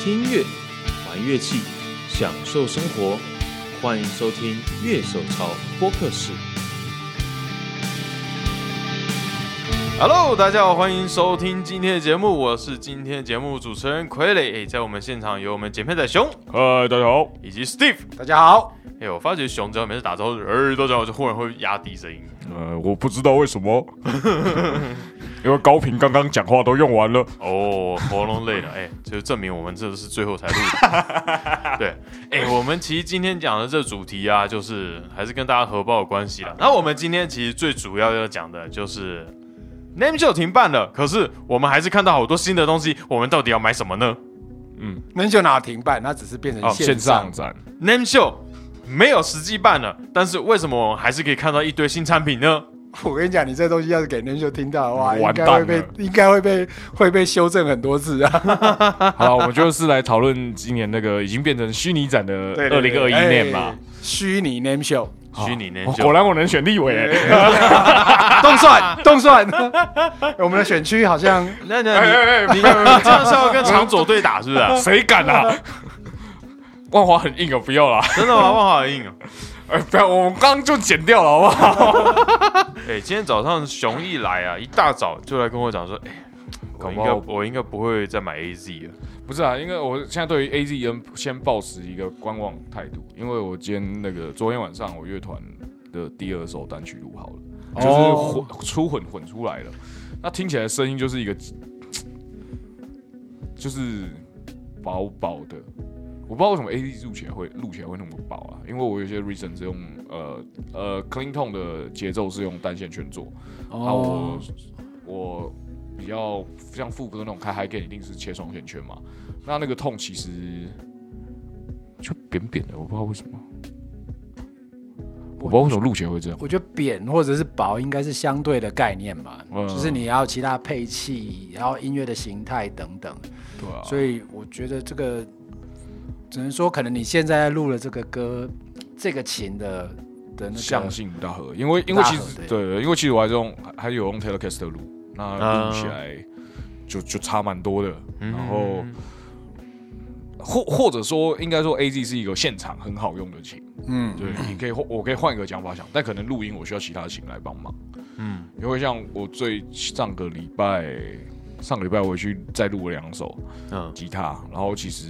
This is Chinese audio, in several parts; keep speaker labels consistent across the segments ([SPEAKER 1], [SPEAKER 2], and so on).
[SPEAKER 1] 听音乐、玩乐器、享受生活，欢迎收听《乐手潮播客室》。Hello，大家好，欢迎收听今天的节目，我是今天的节目主持人傀儡。哎，在我们现场有我们剪片仔熊
[SPEAKER 2] 嗨，哎大家好，
[SPEAKER 1] 以及 Steve。
[SPEAKER 3] 大家好，
[SPEAKER 1] 哎，我发觉熊只要每次打招呼，哎，大家好，就忽然会压低声音。
[SPEAKER 2] 呃，我不知道为什 么，因为高频刚刚讲话都用完了，
[SPEAKER 1] 哦，喉咙累了，哎、就证明我们这是最后才录的。 对，哎、我们其实今天讲的这主题啊，就是还是跟大家荷包有关系啦。那我们今天其实最主要要讲的就是 Name Show 停办了，可是我们还是看到好多新的东西，我们到底要买什么呢
[SPEAKER 3] 那就哪停办？它只是
[SPEAKER 2] 哦
[SPEAKER 3] 变成线上，
[SPEAKER 2] 啊展，
[SPEAKER 1] ？Name Show 没有实际办了，但是为什么我们还是可以看到一堆新产品呢？
[SPEAKER 3] 我跟你讲，你这东西要是给人秀听到的话，应
[SPEAKER 2] 完
[SPEAKER 3] 该
[SPEAKER 2] 蛋了
[SPEAKER 3] 会被应该会被会被修正很多次啊。
[SPEAKER 2] 好了，我们就是来讨论今年那个已经变成虚拟展的 二零二一年嘛
[SPEAKER 3] 哎。，虚拟 name show，
[SPEAKER 1] 虚拟 Name
[SPEAKER 2] 哦
[SPEAKER 1] Show，
[SPEAKER 2] 果然我能选立委，
[SPEAKER 3] 动 算动算， 我们的选区好像
[SPEAKER 1] 那那你、
[SPEAKER 2] 哎哎哎，你
[SPEAKER 1] 你这样是要跟长左对打是不是啊、
[SPEAKER 2] 谁敢啊？ 万华很硬哦，不要啦，
[SPEAKER 1] 真的吗？万好硬哦。
[SPEAKER 2] 哎，不要，我们刚刚就剪掉了，好不好？
[SPEAKER 1] 哎、今天早上熊一来啊，一大早就来跟我讲说，哎、我
[SPEAKER 2] 搞
[SPEAKER 1] 应
[SPEAKER 2] 不
[SPEAKER 1] 该
[SPEAKER 2] 好
[SPEAKER 1] 我应该不会再买 AZ 了。
[SPEAKER 2] 不是啊，因为我现在对于 A Z N 先抱持一个观望态度，因为我今天那个昨天晚上我乐团的第二首单曲录好了，就是
[SPEAKER 3] 哦
[SPEAKER 2] 混出混混出来了，那听起来声音就是一个，就是薄薄的，我不知道为什么 A Z 录起来会录起来会那么薄啊，因为我有些 reason 是用呃呃 clean tone 的节奏是用单线圈做，啊，
[SPEAKER 3] 哦
[SPEAKER 2] 我我比较像副歌那种开嗨 g a 一定是切双线圈嘛，那那个痛其实就扁扁的，我不知道为什么，我不知道为什么录起来会这样。
[SPEAKER 3] 我觉得扁或者是薄应该是相对的概念吧，
[SPEAKER 2] 嗯
[SPEAKER 3] 就是你要其他配器，然后音乐的形态等等。
[SPEAKER 2] 对啊，
[SPEAKER 3] 所以我觉得这个只能说，可能你现在录了这个歌，这个琴的的那个
[SPEAKER 2] 相性不大合，因为因为其实
[SPEAKER 3] 不大合对
[SPEAKER 2] 对，因为其实我还是用还还有用 Telecaster 录，那
[SPEAKER 1] 啊
[SPEAKER 2] 录起来就就差蛮多的。
[SPEAKER 1] 嗯
[SPEAKER 2] 然后或或者说，应该说 AZ 是一个现场很好用的琴，
[SPEAKER 3] 嗯，
[SPEAKER 2] 对，你可以换，我可以换一个讲法想，但可能录音我需要其他琴来帮忙，
[SPEAKER 1] 嗯，
[SPEAKER 2] 因为像我最上个礼拜上个礼拜我去再录了两首，
[SPEAKER 1] 嗯
[SPEAKER 2] 吉他，然后其实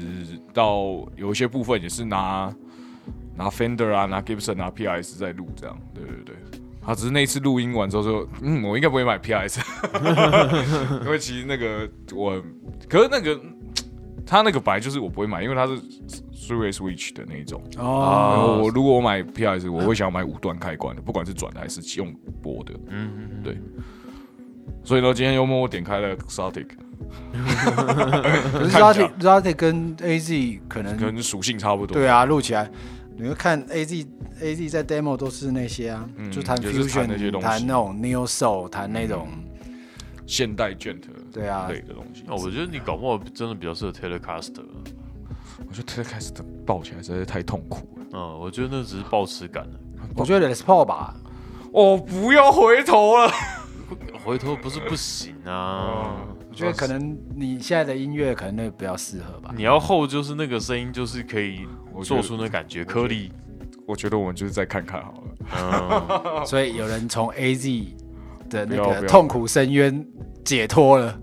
[SPEAKER 2] 到有一些部分也是拿拿 Fender 啊，拿 Gibson 啊 PRS 在录这样，对对对。他只是那一次录音完之后说，嗯，我应该不会买 PRS，因 为其实那个我，可是那个他那个本来就是我不会买，因为它是 three way switch 的那一种。
[SPEAKER 3] 哦，
[SPEAKER 2] 然后我如果我买 PRS，我会想要买五段开关的，不管是转的还是用拨的。
[SPEAKER 1] 嗯，
[SPEAKER 2] 对。所以呢，今天又默默点开了 Static，
[SPEAKER 3] 可
[SPEAKER 2] 看
[SPEAKER 3] 是
[SPEAKER 2] 一下
[SPEAKER 3] Zati Zati 跟 AZ 可能
[SPEAKER 2] 跟属性差不多。
[SPEAKER 3] 对啊，录起来。你会看 A Z A Z 在 demo 都是那些啊，就弹
[SPEAKER 2] 嗯就是弹那些
[SPEAKER 3] fusion，
[SPEAKER 2] 东西嗯
[SPEAKER 3] 弹那种 neo soul，弹那种，
[SPEAKER 2] 现代卷特
[SPEAKER 3] 对啊
[SPEAKER 2] 类的东西。
[SPEAKER 1] 哦那我觉得你搞不好真的比较适合 Telecaster。
[SPEAKER 2] 我觉得 Telecaster 抱起来实在是太痛苦了。
[SPEAKER 1] 嗯，我觉得那只是抱持感啊的。
[SPEAKER 3] 我觉得 Les Paul 吧，
[SPEAKER 2] 哦，不要回头了。
[SPEAKER 1] 回头不是不行啊，
[SPEAKER 3] 我觉得可能你现在的音乐可能那个比较适合吧。
[SPEAKER 1] 你要厚就是那个声音，就是可以
[SPEAKER 2] 我觉
[SPEAKER 1] 做
[SPEAKER 2] 得
[SPEAKER 1] 出那感觉颗粒。
[SPEAKER 2] 我觉得我们就是再看看好了。
[SPEAKER 1] 嗯，
[SPEAKER 3] 所以有人从 A Z 的
[SPEAKER 2] 哦不
[SPEAKER 3] 那
[SPEAKER 2] 要不
[SPEAKER 3] 个
[SPEAKER 2] 要
[SPEAKER 3] 痛苦深渊解脱了。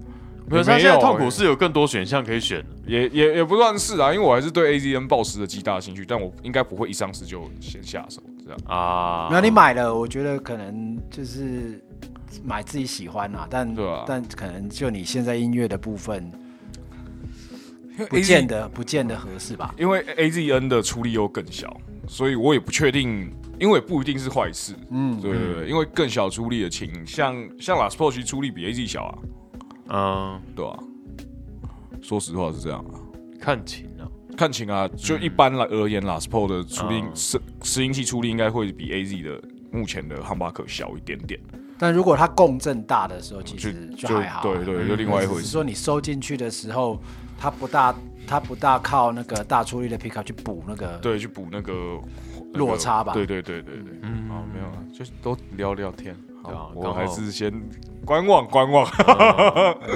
[SPEAKER 1] 没有，他现在痛苦是有更多选项可以选的。
[SPEAKER 2] 也也也不算是啊，因为我还是对 AZN 抱持着极大的兴趣，但我应该不会一上市就先下手这样。
[SPEAKER 1] 啊。
[SPEAKER 3] 那你买了，我觉得可能就是买自己喜欢啦，但
[SPEAKER 2] 对啊
[SPEAKER 3] 但可能就你现在音乐的部分，
[SPEAKER 2] 因为 AZ
[SPEAKER 3] 不见得不见得合适吧。
[SPEAKER 2] 因为 AZN 的出力又更小，所以我也不确定，因为也不一定是坏事。嗯，对对对，因为更小出力的琴，像像 Las p o r t 出力比 AZ 小啊，
[SPEAKER 1] 嗯，
[SPEAKER 2] 对啊。说实话是这样啊。
[SPEAKER 1] 看琴啊。
[SPEAKER 2] 看琴啊，就一般
[SPEAKER 3] 嗯
[SPEAKER 2] 来而言，Last Pro 的出力
[SPEAKER 1] 嗯
[SPEAKER 2] 拾拾音器出力应该会比 AZ 的目前的汉巴克小一点点，
[SPEAKER 3] 但如果它共振大的时候，其实
[SPEAKER 2] 就
[SPEAKER 3] 就还好啊。
[SPEAKER 2] 对对，就另外一
[SPEAKER 3] 只
[SPEAKER 2] 回
[SPEAKER 3] 是
[SPEAKER 2] 事。
[SPEAKER 3] 说你收进去的时候，它不大它不大靠那个大出力的 pickup 去补那个。
[SPEAKER 2] 对，去补那个那个
[SPEAKER 3] 落差吧
[SPEAKER 2] 对对对对对，嗯，好，没有啊，就是都聊聊天。
[SPEAKER 1] 对啊
[SPEAKER 2] 好，
[SPEAKER 1] 刚好
[SPEAKER 2] 我还是先观望观望。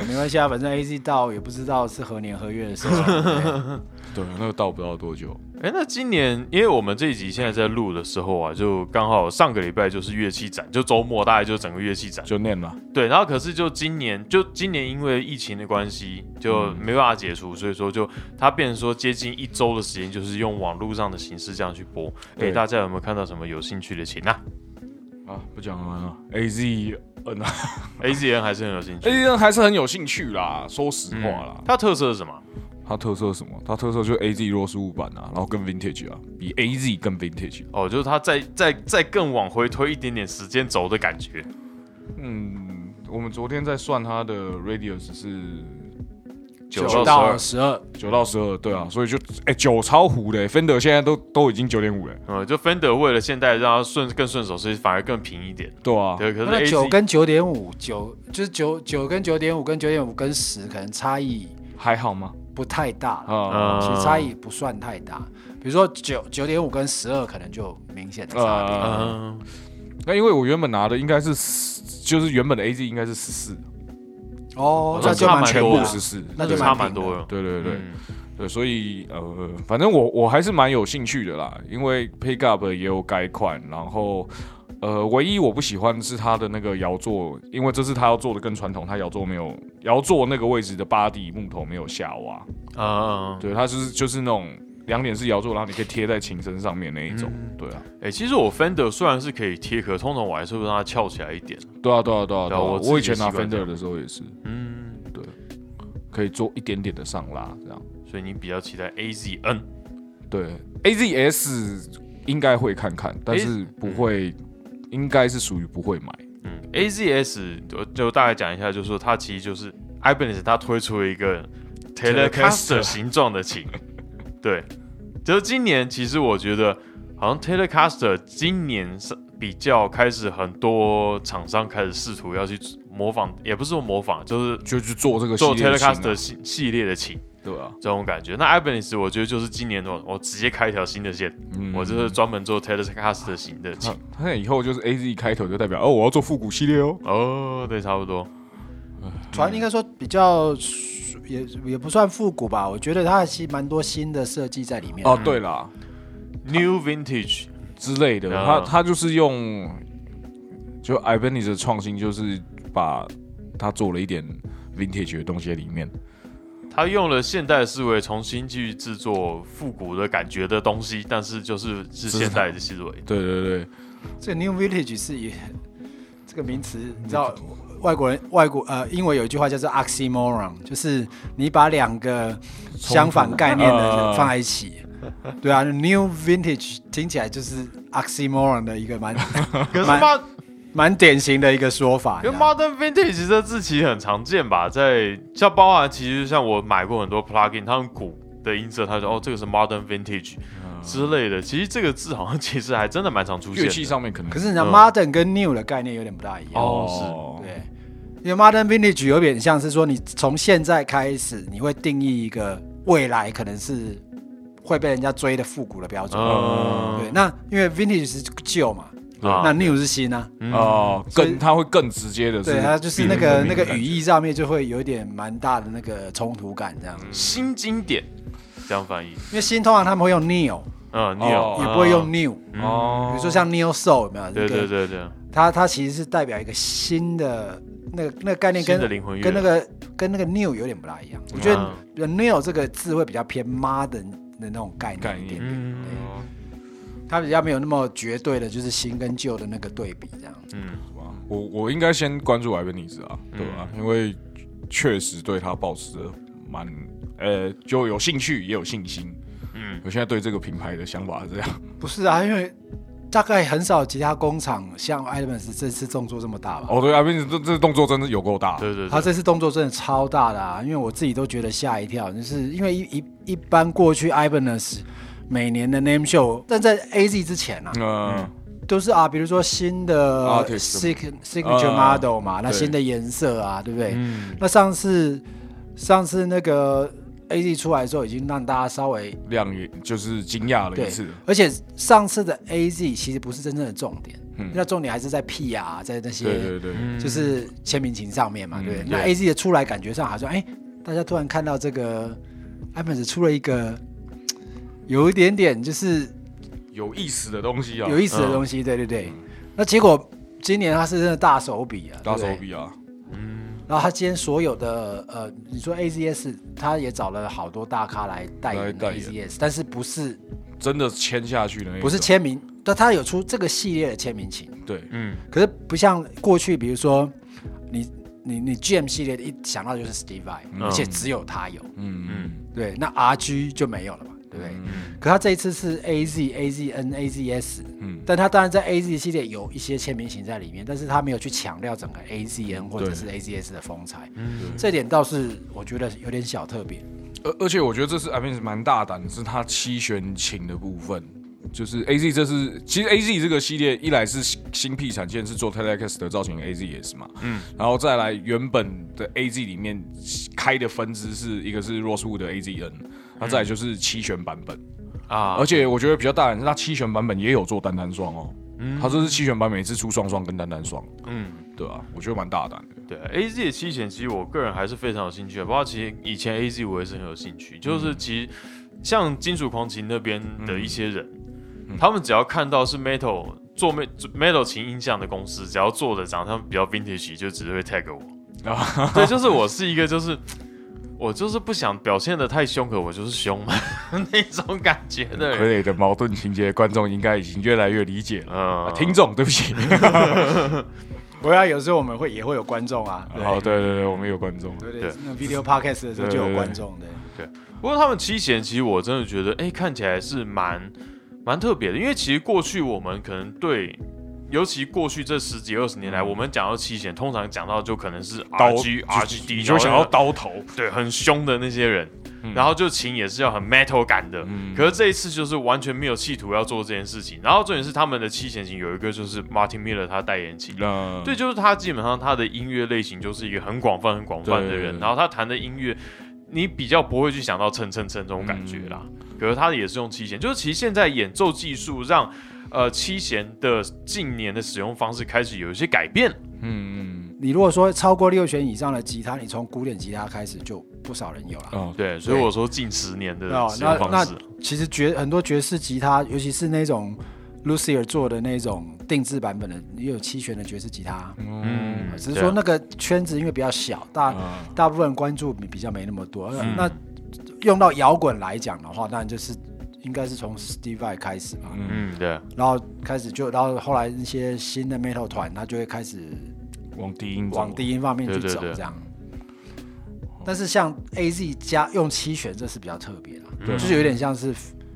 [SPEAKER 3] 没关系啊，反正 A Z 到也不知道是何年何月的事情。啊
[SPEAKER 2] 对，
[SPEAKER 3] 对
[SPEAKER 2] 啊那个到不到多久？
[SPEAKER 1] 哎，那今年因为我们这一集现在在录的时候啊，就刚好上个礼拜就是乐器展，就周末大概就整个乐器展。
[SPEAKER 2] 就念了，
[SPEAKER 1] 对，然后可是就今年，就今年因为疫情的关系，就没办法解除，所以说就它变成说接近一周的时间，就是用网络上的形式这样去播。哎，
[SPEAKER 2] 对
[SPEAKER 1] 大家有没有看到什么有兴趣的请啊
[SPEAKER 2] 啊，不讲了啊，A Z N 啊
[SPEAKER 1] ？A Z N 还是很有兴
[SPEAKER 2] ，A
[SPEAKER 1] 趣。
[SPEAKER 2] Z N 还是很有兴趣啦，说实话哎啦。
[SPEAKER 1] 它特色是什么？
[SPEAKER 2] 它嗯特色是什么？它特色就是 A Z 弱势物版啊，然后更 vintage 啊，比 A Z 更 vintage。啊
[SPEAKER 1] 哦，就是它再再再更往回推一点点时间轴的感觉。
[SPEAKER 2] 嗯，我们昨天在算它的 radius 是
[SPEAKER 1] 九
[SPEAKER 3] 九
[SPEAKER 1] 到
[SPEAKER 3] 到十二，
[SPEAKER 2] 九到十二，对啊，所以就哎九、超糊的、芬德现在都都已经九点五了，
[SPEAKER 1] 呃，就 Fender 为了现代让它顺更顺手，所以反而更平一点。
[SPEAKER 2] 对啊，
[SPEAKER 1] 对，可是
[SPEAKER 3] 那
[SPEAKER 1] A
[SPEAKER 3] 九
[SPEAKER 1] Z
[SPEAKER 3] 跟九点五，九就是九九跟九点五跟九点五跟十可能差异
[SPEAKER 2] 还好吗？
[SPEAKER 3] 不太大了，
[SPEAKER 2] 啊、
[SPEAKER 1] 嗯
[SPEAKER 3] 其实差异不算太大。比如说九九点五跟十二可能就有明显的差别。
[SPEAKER 2] 呃，
[SPEAKER 1] 嗯，
[SPEAKER 2] 那、因为我原本拿的应该是十，就是原本的 A Z 应该是十四，
[SPEAKER 3] 哦
[SPEAKER 1] 哦，
[SPEAKER 3] 那就
[SPEAKER 1] 差
[SPEAKER 3] 蛮
[SPEAKER 1] 蛮
[SPEAKER 2] 全
[SPEAKER 3] 全
[SPEAKER 1] 多
[SPEAKER 2] 部
[SPEAKER 3] 部
[SPEAKER 1] 的
[SPEAKER 2] 十四，
[SPEAKER 3] 啊那
[SPEAKER 1] 就
[SPEAKER 3] 就
[SPEAKER 1] 差
[SPEAKER 3] 蛮
[SPEAKER 1] 蛮
[SPEAKER 3] 平的
[SPEAKER 1] 多的。
[SPEAKER 2] 对对对对、
[SPEAKER 1] 嗯
[SPEAKER 2] 对，所以呃，反正我我还是蛮有兴趣的啦，因为 Pickup 也有改款，然后。呃，唯一我不喜欢的是它的那个摇座，因为这次它要做的更传统，它摇座没有摇座那个位置的巴底木头没有下挖，
[SPEAKER 3] 嗯
[SPEAKER 1] 啊，
[SPEAKER 2] 对，它就是就是那种两点式摇座，然后你可以贴在琴身上面那一种。
[SPEAKER 3] 嗯
[SPEAKER 2] 对啊，
[SPEAKER 1] 哎、其实我 Fender 虽然是可以贴，可通常我还是会让它翘起来一点。
[SPEAKER 2] 对啊，对啊，对
[SPEAKER 1] 对
[SPEAKER 2] 啊，对
[SPEAKER 1] 啊
[SPEAKER 2] 啊。
[SPEAKER 1] 我
[SPEAKER 2] 我
[SPEAKER 1] 自己
[SPEAKER 2] 以前拿
[SPEAKER 1] 习惯这
[SPEAKER 2] Fender 的时候也是
[SPEAKER 1] 嗯，
[SPEAKER 2] 可以做一点点的上拉，这样。
[SPEAKER 1] 所以你比较期待 A Z N
[SPEAKER 2] 对，AZS 应该会看看，但是不会，应该是属于不会买。
[SPEAKER 1] 嗯，A Z S 就就大概讲一下，就是说它其实就是 Ibanez 它推出了一个 Telecaster
[SPEAKER 2] Telecaster
[SPEAKER 1] 形状的 琴，对，就是今年其实我觉得好像 Telecaster 今年是比较开始很多厂商开始试图要去模仿，也不是说模仿，就是
[SPEAKER 2] 就是做这个系
[SPEAKER 1] 做
[SPEAKER 2] 列的琴啊
[SPEAKER 1] Telecaster 系系列的琴
[SPEAKER 2] 对啊，
[SPEAKER 1] 这种感觉。那 Ibanez 我觉得就是今年我我直接开一条新的线，
[SPEAKER 2] 嗯
[SPEAKER 1] 我就是专门做 Telecaster 型的琴
[SPEAKER 2] 他。他以后就是 A Z 开头就代表哦，我要做复古系列哦。
[SPEAKER 1] 哦，对，差不多。
[SPEAKER 3] 传应该说比较也也不算复古吧，我觉得它还是蛮多新的设计在里
[SPEAKER 1] 嗯
[SPEAKER 3] 面。
[SPEAKER 2] 哦，对啦，
[SPEAKER 1] New Vintage，
[SPEAKER 2] 之类的，
[SPEAKER 1] 啊
[SPEAKER 2] 他他就是用就 i b a n e z 的创新，就是把他做了一点 vintage 的东西在里面。
[SPEAKER 1] 他用了现代思维重新去制作复古的感觉的东西，但是就是是现代的思维。
[SPEAKER 2] 对对对，
[SPEAKER 3] 这个 New Village 是以这个名词，你知道外国人外国呃，英文有一句话叫做 oxymoron，就是你把两个相反概念的
[SPEAKER 2] 呃
[SPEAKER 3] 放在一起。对啊，New Vintage 听起来就是 oxymoron 的一 个蛮
[SPEAKER 1] 可是
[SPEAKER 3] 蛮
[SPEAKER 1] mod
[SPEAKER 3] 蛮典型的一个说法。
[SPEAKER 1] 因为 Modern Vintage 这字其实很常见吧，在像包含其实像我买过很多 plugin，他们鼓的音色，他说哦这个是 Modern Vintage
[SPEAKER 3] 嗯
[SPEAKER 1] 之类的，其实这个字好像其实还真的蛮常出现
[SPEAKER 2] 乐器
[SPEAKER 1] 的。
[SPEAKER 2] 上面可能
[SPEAKER 3] 可是你知道
[SPEAKER 1] 嗯
[SPEAKER 3] modern 跟 new 的概念有点不大一样。
[SPEAKER 1] 哦
[SPEAKER 3] 对，因为 modern vintage 有点像是说，你从现在开始，你会定义一个未来可能是会被人家追的复古的标准。
[SPEAKER 1] 嗯
[SPEAKER 3] 对，那因为 vintage 是旧嘛，
[SPEAKER 1] 啊
[SPEAKER 3] 那 new 是新啊，
[SPEAKER 1] 嗯
[SPEAKER 2] 哦，
[SPEAKER 3] 所以
[SPEAKER 2] 更它会更直接的是，
[SPEAKER 3] 对，它就是那个那个语
[SPEAKER 2] 义，
[SPEAKER 3] 义上面就会有一点蛮大的那个冲突感这样。
[SPEAKER 1] 新经典这样翻译，
[SPEAKER 3] 因为新通常他们会用 new，
[SPEAKER 1] 嗯，你有
[SPEAKER 2] 哦
[SPEAKER 3] 也不会用 new，
[SPEAKER 2] 哦
[SPEAKER 3] 比如说像 new soul 有没有？
[SPEAKER 1] 嗯对
[SPEAKER 3] 这个
[SPEAKER 1] 对对对，
[SPEAKER 3] 它它其实是代表一个新的那个那个概念
[SPEAKER 1] 新
[SPEAKER 3] 跟
[SPEAKER 1] 的灵魂乐啊
[SPEAKER 3] 跟那个跟那个 new 有点不大一样。我觉得呃 new 这个字会比较偏 modern 的那种概
[SPEAKER 2] 概念
[SPEAKER 3] 念一点点，
[SPEAKER 1] 嗯
[SPEAKER 3] 它比较没有那么绝对的，就是新跟旧的那个对比这样。
[SPEAKER 1] 嗯，
[SPEAKER 2] 我我应该先关注 i b a n e z 啊，对吧？因为确实对他保持着蛮呃，就有兴趣也有信心。
[SPEAKER 1] 嗯
[SPEAKER 2] 嗯，我现在对这个品牌的想法是这样。
[SPEAKER 3] 不是啊，因为大概很少其他工厂像 Elements 这次动作这么大吧。
[SPEAKER 2] 哦，对 i b a n e z 这这动作真的有够大。
[SPEAKER 1] 对对
[SPEAKER 3] 他
[SPEAKER 1] 对，
[SPEAKER 3] 这次动作真的超大的、啊，因为我自己都觉得吓一跳，就是因为一一一般过去 Ibanez 每年的 Name Show，但在 AZ 之前啊，
[SPEAKER 2] 嗯，
[SPEAKER 3] 都是啊，比如说新的
[SPEAKER 2] Artist
[SPEAKER 3] sig- signature
[SPEAKER 2] 啊
[SPEAKER 3] model 嘛，那
[SPEAKER 2] 对嗯
[SPEAKER 3] 新的颜色啊，对不对？那上次上次那个 A Z 出来的时候，已经让大家稍微
[SPEAKER 2] 量也就是惊讶了
[SPEAKER 3] 对
[SPEAKER 2] 一次。，
[SPEAKER 3] 而且上次的 A Z 其实不是真正的重点，
[SPEAKER 2] 嗯
[SPEAKER 3] 那重点还是在 PR 在那些
[SPEAKER 2] 对对对，
[SPEAKER 1] 嗯
[SPEAKER 3] 就是签名情上面嘛，
[SPEAKER 2] 嗯
[SPEAKER 3] 对不对？
[SPEAKER 2] 对
[SPEAKER 3] 那 A Z 的出来感觉上好像，哎，大家突然看到这个 iPad 出了一个嘖有一点点就是
[SPEAKER 2] 有意思的东西啊，
[SPEAKER 3] 有意思的东西，对对对。那结果今年他是真的大手笔啊，
[SPEAKER 2] 大
[SPEAKER 3] 对
[SPEAKER 2] 手
[SPEAKER 3] 不对。
[SPEAKER 2] 笔啊，
[SPEAKER 1] 嗯
[SPEAKER 3] 然后他今天所有的呃，你说 A Z S，他也找了好多大咖来代
[SPEAKER 2] 来
[SPEAKER 3] 言
[SPEAKER 2] 代
[SPEAKER 3] A
[SPEAKER 2] 言
[SPEAKER 3] Z S，但是不是
[SPEAKER 2] 真的签下去的那一种
[SPEAKER 3] 不是签名，但他有出这个系列的签名琴。
[SPEAKER 2] 对，
[SPEAKER 1] 嗯，
[SPEAKER 3] 可是不像过去，比如说你你你 GM 系列的一想到就是 Steve Vai，、
[SPEAKER 1] 嗯
[SPEAKER 3] 而且只有他有，
[SPEAKER 2] 嗯嗯
[SPEAKER 1] 嗯
[SPEAKER 3] 对，那 RG 就没有了嘛，对不对？可他这一次是 AZ、AZN、AZS，
[SPEAKER 2] 嗯，
[SPEAKER 3] 但他当然在 AZ 系列有一些签名型在里面，但是他没有去强调整个
[SPEAKER 2] 嗯
[SPEAKER 3] AZN 或者是 AZS 的风采，这点倒是我觉得有点小特别。
[SPEAKER 2] 而而且我觉得这次 i p a n 蛮大胆的，是它七弦琴的部分。就是 A Z，这是其实 A Z 这个系列，一来是新新辟产线是做 Telecaster 的造型 A Z 也是嘛，嗯，然后再来原本的 A Z 里面开的分支是一个是 Rosewood 的 A Z N，那再来就是七弦版本，
[SPEAKER 1] 啊，
[SPEAKER 2] 而且我觉得比较大胆是它七弦版本也有做单单双哦，它这是七弦版本也是出双双跟单单双，
[SPEAKER 1] 嗯，
[SPEAKER 2] 对啊，我觉得蛮大胆的，
[SPEAKER 1] 对，A 啊 Z 的七弦，其实我个人还是非常有兴趣的，包括其实以前 A Z 我也是很有兴趣，
[SPEAKER 2] 嗯
[SPEAKER 1] 就是其实像金属狂琴那边的一些人，
[SPEAKER 2] 嗯
[SPEAKER 1] 他们只要看到是 metal 做 me- metal 琴音像的公司，只要做的长得像比较 vintage，就只会 tag 我。
[SPEAKER 2] 哦
[SPEAKER 1] 啊，对，就是我是一个就是。我就是不想表现的太凶，可我就是凶 嘛，那种感觉的人。
[SPEAKER 2] 傀儡的矛盾情节，观众应该已经越来越理解了。
[SPEAKER 1] 嗯
[SPEAKER 2] 啊，听众，对不起。
[SPEAKER 3] 不要有时候我们会也会有观众啊，
[SPEAKER 2] 哦，对对对，我们有观众。
[SPEAKER 3] 对对
[SPEAKER 1] 对
[SPEAKER 3] 那 video podcast 的时候就有观众的，
[SPEAKER 1] 不过他们七贤，其实我真的觉得，哎、看起来是蛮蛮特别的，因为其实过去我们可能对。尤其过去这十几二十年来，我们讲到七贤，通常讲到就可能是 R
[SPEAKER 2] 刀
[SPEAKER 1] G R G D，
[SPEAKER 2] 你就会想到刀嗯头，
[SPEAKER 1] 对很凶的那些人，然后就琴也是要很 metal 感的。
[SPEAKER 2] 嗯
[SPEAKER 1] 可是这一次就是完全没有企图要做这件事情。然后重点是他们的七贤琴有一个就是 Martin Miller 他代言琴，
[SPEAKER 2] 那
[SPEAKER 1] 对，就是他基本上他的音乐类型就是一个很广泛、很广泛的
[SPEAKER 2] 对对
[SPEAKER 1] 人，
[SPEAKER 2] 对
[SPEAKER 1] 然后他弹的音乐，你比较不会去想到蹭蹭蹭这种感觉啦。
[SPEAKER 2] 嗯
[SPEAKER 1] 可是他也是用七弦，就是其实现在演奏技术让呃七弦的近年的使用方式开始有一些改变。
[SPEAKER 2] 嗯
[SPEAKER 3] 你如果说超过六弦以上的吉他，你从古典吉他开始就不少人有了。
[SPEAKER 2] 嗯啊，
[SPEAKER 1] 对，所以我说近十年的
[SPEAKER 3] 哦
[SPEAKER 1] 使
[SPEAKER 3] 那
[SPEAKER 1] 用方
[SPEAKER 3] 那
[SPEAKER 1] 式，
[SPEAKER 3] 其实爵很多爵士吉他，尤其是那种 Lucier 做的那种定制版本的，也有七弦的爵士吉他。哦
[SPEAKER 1] 嗯，
[SPEAKER 3] 只是
[SPEAKER 1] 对啊
[SPEAKER 3] 说那个圈子因为比较小，大、
[SPEAKER 2] 啊
[SPEAKER 3] 大部分人关注比比较没那么多。
[SPEAKER 1] 嗯
[SPEAKER 3] 那用到摇滚来讲的话，当然就是应该是从 Steve Vai 开始嘛，
[SPEAKER 2] 嗯，
[SPEAKER 1] 嗯，对啊，
[SPEAKER 3] 然后开始就，然后后来一些新的 metal 团，他就会开始
[SPEAKER 2] 往低音走
[SPEAKER 3] 往低音方面去
[SPEAKER 1] 对对
[SPEAKER 3] 走，
[SPEAKER 1] 对
[SPEAKER 3] 这样。但是像 A Z 加用七弦，这是比较特别的，
[SPEAKER 2] 对
[SPEAKER 3] 就是有点像是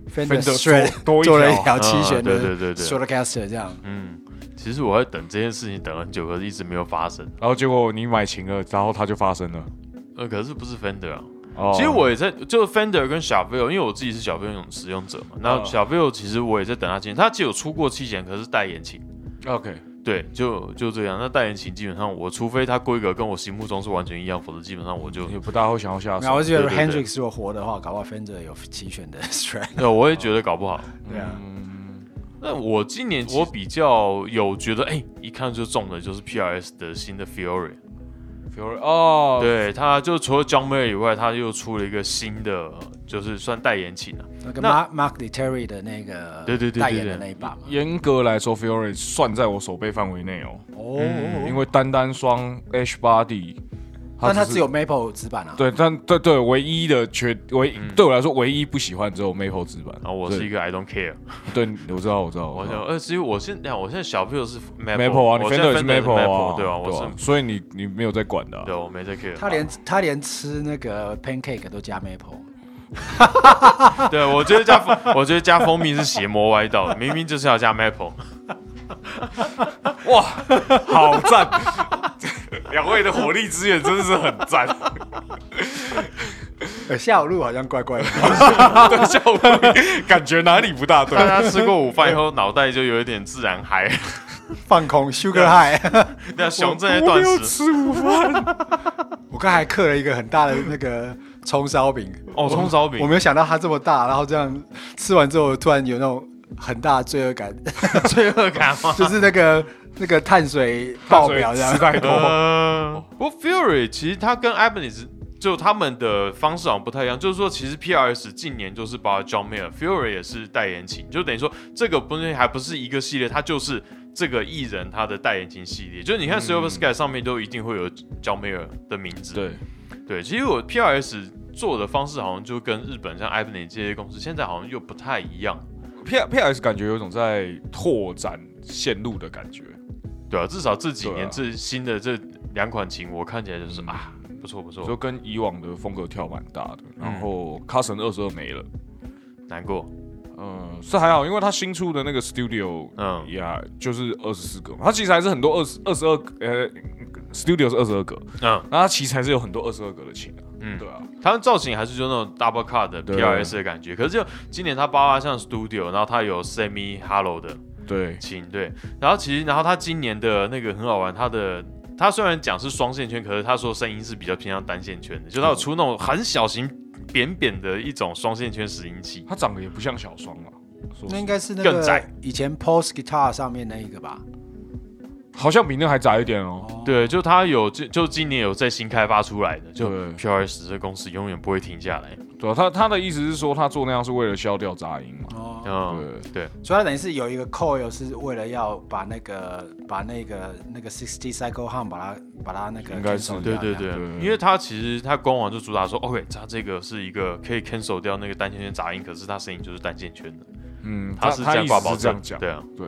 [SPEAKER 3] Fender
[SPEAKER 2] Fender
[SPEAKER 3] Strat
[SPEAKER 2] 多多一条
[SPEAKER 3] 做了一条七弦的
[SPEAKER 1] 嗯对对对对
[SPEAKER 3] Stratocaster 这样。
[SPEAKER 1] 嗯，其实我在等这件事情等很久，可是一直没有发生。
[SPEAKER 2] 然后结果你买琴了，然后它就发生了。
[SPEAKER 1] 呃，可是不是 Fender 啊，
[SPEAKER 2] 哦
[SPEAKER 1] 其实我也在，就是 Fender 跟小 v i l 因为我自己是小 v i l 使用者嘛。那
[SPEAKER 2] 嗯
[SPEAKER 1] 小 v i l 其实我也在等他琴，他只有出过七弦，可是代言琴。
[SPEAKER 2] OK，
[SPEAKER 1] 对，就就这样。那代言琴基本上我，除非它规格跟我心目中是完全一样，否则基本上我就，
[SPEAKER 2] 也不大会想要下
[SPEAKER 3] 然后
[SPEAKER 2] 手
[SPEAKER 3] 我。就觉得
[SPEAKER 1] 对对
[SPEAKER 3] Hendrix 如果活的话，搞不好 Fender 有七弦的 Strat。
[SPEAKER 1] 对，我也觉得搞不好。
[SPEAKER 3] 对啊，
[SPEAKER 1] 那我今年我比较有觉得，哎、一看就中的就是 PRS 的新的 Fiore，
[SPEAKER 2] Fiore- 哦，
[SPEAKER 1] 对，他就除了 John Mayer 以外，他又出了一个新的，就是算代言琴了、啊。
[SPEAKER 3] 那个
[SPEAKER 1] 那
[SPEAKER 3] Mark Mark Terry 的那个
[SPEAKER 1] 对对对对对
[SPEAKER 3] 代言的那一把嘛。
[SPEAKER 2] 严格来说，Fiore 算在我手背范围内哦，
[SPEAKER 3] 哦，
[SPEAKER 2] 因为单单双 H body，
[SPEAKER 3] 但它
[SPEAKER 2] 是
[SPEAKER 3] 只有 Maple 纸板啊。
[SPEAKER 2] 对，但对对，唯一的缺唯对我来说唯一不喜欢只有 Maple 纸板。
[SPEAKER 1] 然后嗯哦我是一个 I don't care。
[SPEAKER 2] 对，对我知道，我知道，
[SPEAKER 1] 我
[SPEAKER 2] 知道
[SPEAKER 1] 想，呃，其实我现在我现在小朋友是
[SPEAKER 2] 嗯 Maple 啊，你
[SPEAKER 1] 我现在
[SPEAKER 2] Fender 也是
[SPEAKER 1] Fender 是
[SPEAKER 2] Maple 啊，
[SPEAKER 1] 对啊，我
[SPEAKER 2] 啊
[SPEAKER 1] 是
[SPEAKER 2] 所以你你没有在管的啊
[SPEAKER 1] 对，我没在 care。
[SPEAKER 3] 他连他连吃那个 pancake 都加 maple，
[SPEAKER 1] 对啊我觉得加蜂，我觉得加蜂蜜是邪魔歪道，明明就是要加 maple。
[SPEAKER 2] 哇，好赞！两位的火力支援真的是很赞，
[SPEAKER 3] 呃，下午路好像怪怪的。
[SPEAKER 2] 对，效果感觉哪里不大对
[SPEAKER 1] 大。家吃过午饭以后，脑袋就有一点自然嗨。
[SPEAKER 3] 放
[SPEAKER 1] 啊
[SPEAKER 3] 空 Sugar High，
[SPEAKER 1] 那熊正在断
[SPEAKER 2] 我没有
[SPEAKER 1] 食，
[SPEAKER 2] 吃午饭，
[SPEAKER 3] 我刚才刻了一个很大的那个葱烧饼，
[SPEAKER 1] 哦，葱烧饼
[SPEAKER 3] 我，没有想到它这么大，然后这样吃完之后突然有那种很大的罪恶感， 罪恶
[SPEAKER 1] 感吗
[SPEAKER 3] 就是那个那个碳水爆表这样
[SPEAKER 2] 吃。太 多。
[SPEAKER 1] 呃，不过 Fury 其实他跟 Ibanez 就他们的方式好像不太一样，就是说其实 PRS 近年就是把 John Mayer Fury 也是代言情，就等于说这个不是还不是一个系列，它就是这个艺人他的代言情系列。就是你
[SPEAKER 2] 嗯
[SPEAKER 1] 看 Silver Sky 上面都一定会有 John Mayer 的名字，
[SPEAKER 2] 对，
[SPEAKER 1] 对，其实我 PRS 做的方式好像就跟日本像 Ibanez 这些公司现在好像又不太一样，
[SPEAKER 2] P P S 感觉有一种在拓展线路的感觉，
[SPEAKER 1] 对啊，至少这几
[SPEAKER 2] 对
[SPEAKER 1] 年
[SPEAKER 2] 啊
[SPEAKER 1] 这新的这两款琴，我看起来就是
[SPEAKER 2] 嗯
[SPEAKER 1] 啊，不错不
[SPEAKER 2] 就
[SPEAKER 1] 错，
[SPEAKER 2] 跟以往的风格跳蛮大的。
[SPEAKER 1] 嗯
[SPEAKER 2] 然后 Cousin 二十二没了，
[SPEAKER 1] 难过，
[SPEAKER 2] 嗯，是还好，因为他新出的那个 Studio
[SPEAKER 1] 嗯，
[SPEAKER 2] 呀，就是二十四个嘛，他其实还是很多二十二十二呃 Studio 是二十二个，
[SPEAKER 1] 嗯
[SPEAKER 2] 那他其实还是有很多二十二个的琴啊，
[SPEAKER 1] 嗯，
[SPEAKER 2] 对啊，
[SPEAKER 1] 他们造型还是就那种 double cut 的
[SPEAKER 2] 对
[SPEAKER 1] PRS 的感觉，可是就今年他八八像 Studio，然后他有 semi hollow 的
[SPEAKER 2] 对，
[SPEAKER 1] 琴，对，然后其实然后他今年的那个很好玩，他的他虽然讲是双线圈，可是他说声音是比较偏向单线圈的，就他有出那种很小型扁扁的一种双线圈拾音器，
[SPEAKER 2] 他长得也不像小双啊嘛，说
[SPEAKER 3] 那
[SPEAKER 2] 实
[SPEAKER 3] 应
[SPEAKER 2] 话
[SPEAKER 3] 该是那
[SPEAKER 1] 更
[SPEAKER 3] 个
[SPEAKER 1] 窄
[SPEAKER 3] 以前 Post Guitar 上面那一个吧？
[SPEAKER 2] 好像比那还窄一点哦，
[SPEAKER 1] 对，就他有就就今年有在新开发出来的，就
[SPEAKER 2] 对
[SPEAKER 1] PRS 这公司永远不会停下来，
[SPEAKER 2] 对啊，他他的意思是说他做那样是为了消掉杂音嘛，
[SPEAKER 3] 哦，
[SPEAKER 1] 嗯，
[SPEAKER 2] 对，
[SPEAKER 1] 对，
[SPEAKER 3] 所以它等于是有一个 coil 是为了要把那个把那个那个 sixty cycle hum 把它把它那个
[SPEAKER 2] 应该是
[SPEAKER 3] cancel
[SPEAKER 1] 对
[SPEAKER 3] 掉
[SPEAKER 1] 对
[SPEAKER 3] 这样
[SPEAKER 1] 对
[SPEAKER 2] 对，
[SPEAKER 1] 因为它其实它官网就主打说，OK，它这个是一个可以 cancel 掉那个单线圈杂音，可是它声音就是单线圈的，
[SPEAKER 2] 嗯，
[SPEAKER 1] 它
[SPEAKER 2] 他
[SPEAKER 1] 是
[SPEAKER 2] 他
[SPEAKER 1] 这
[SPEAKER 2] 意
[SPEAKER 1] 样挂
[SPEAKER 2] 思
[SPEAKER 1] 保
[SPEAKER 2] 是这样
[SPEAKER 1] 证
[SPEAKER 2] 讲，
[SPEAKER 1] 对啊，
[SPEAKER 2] 对。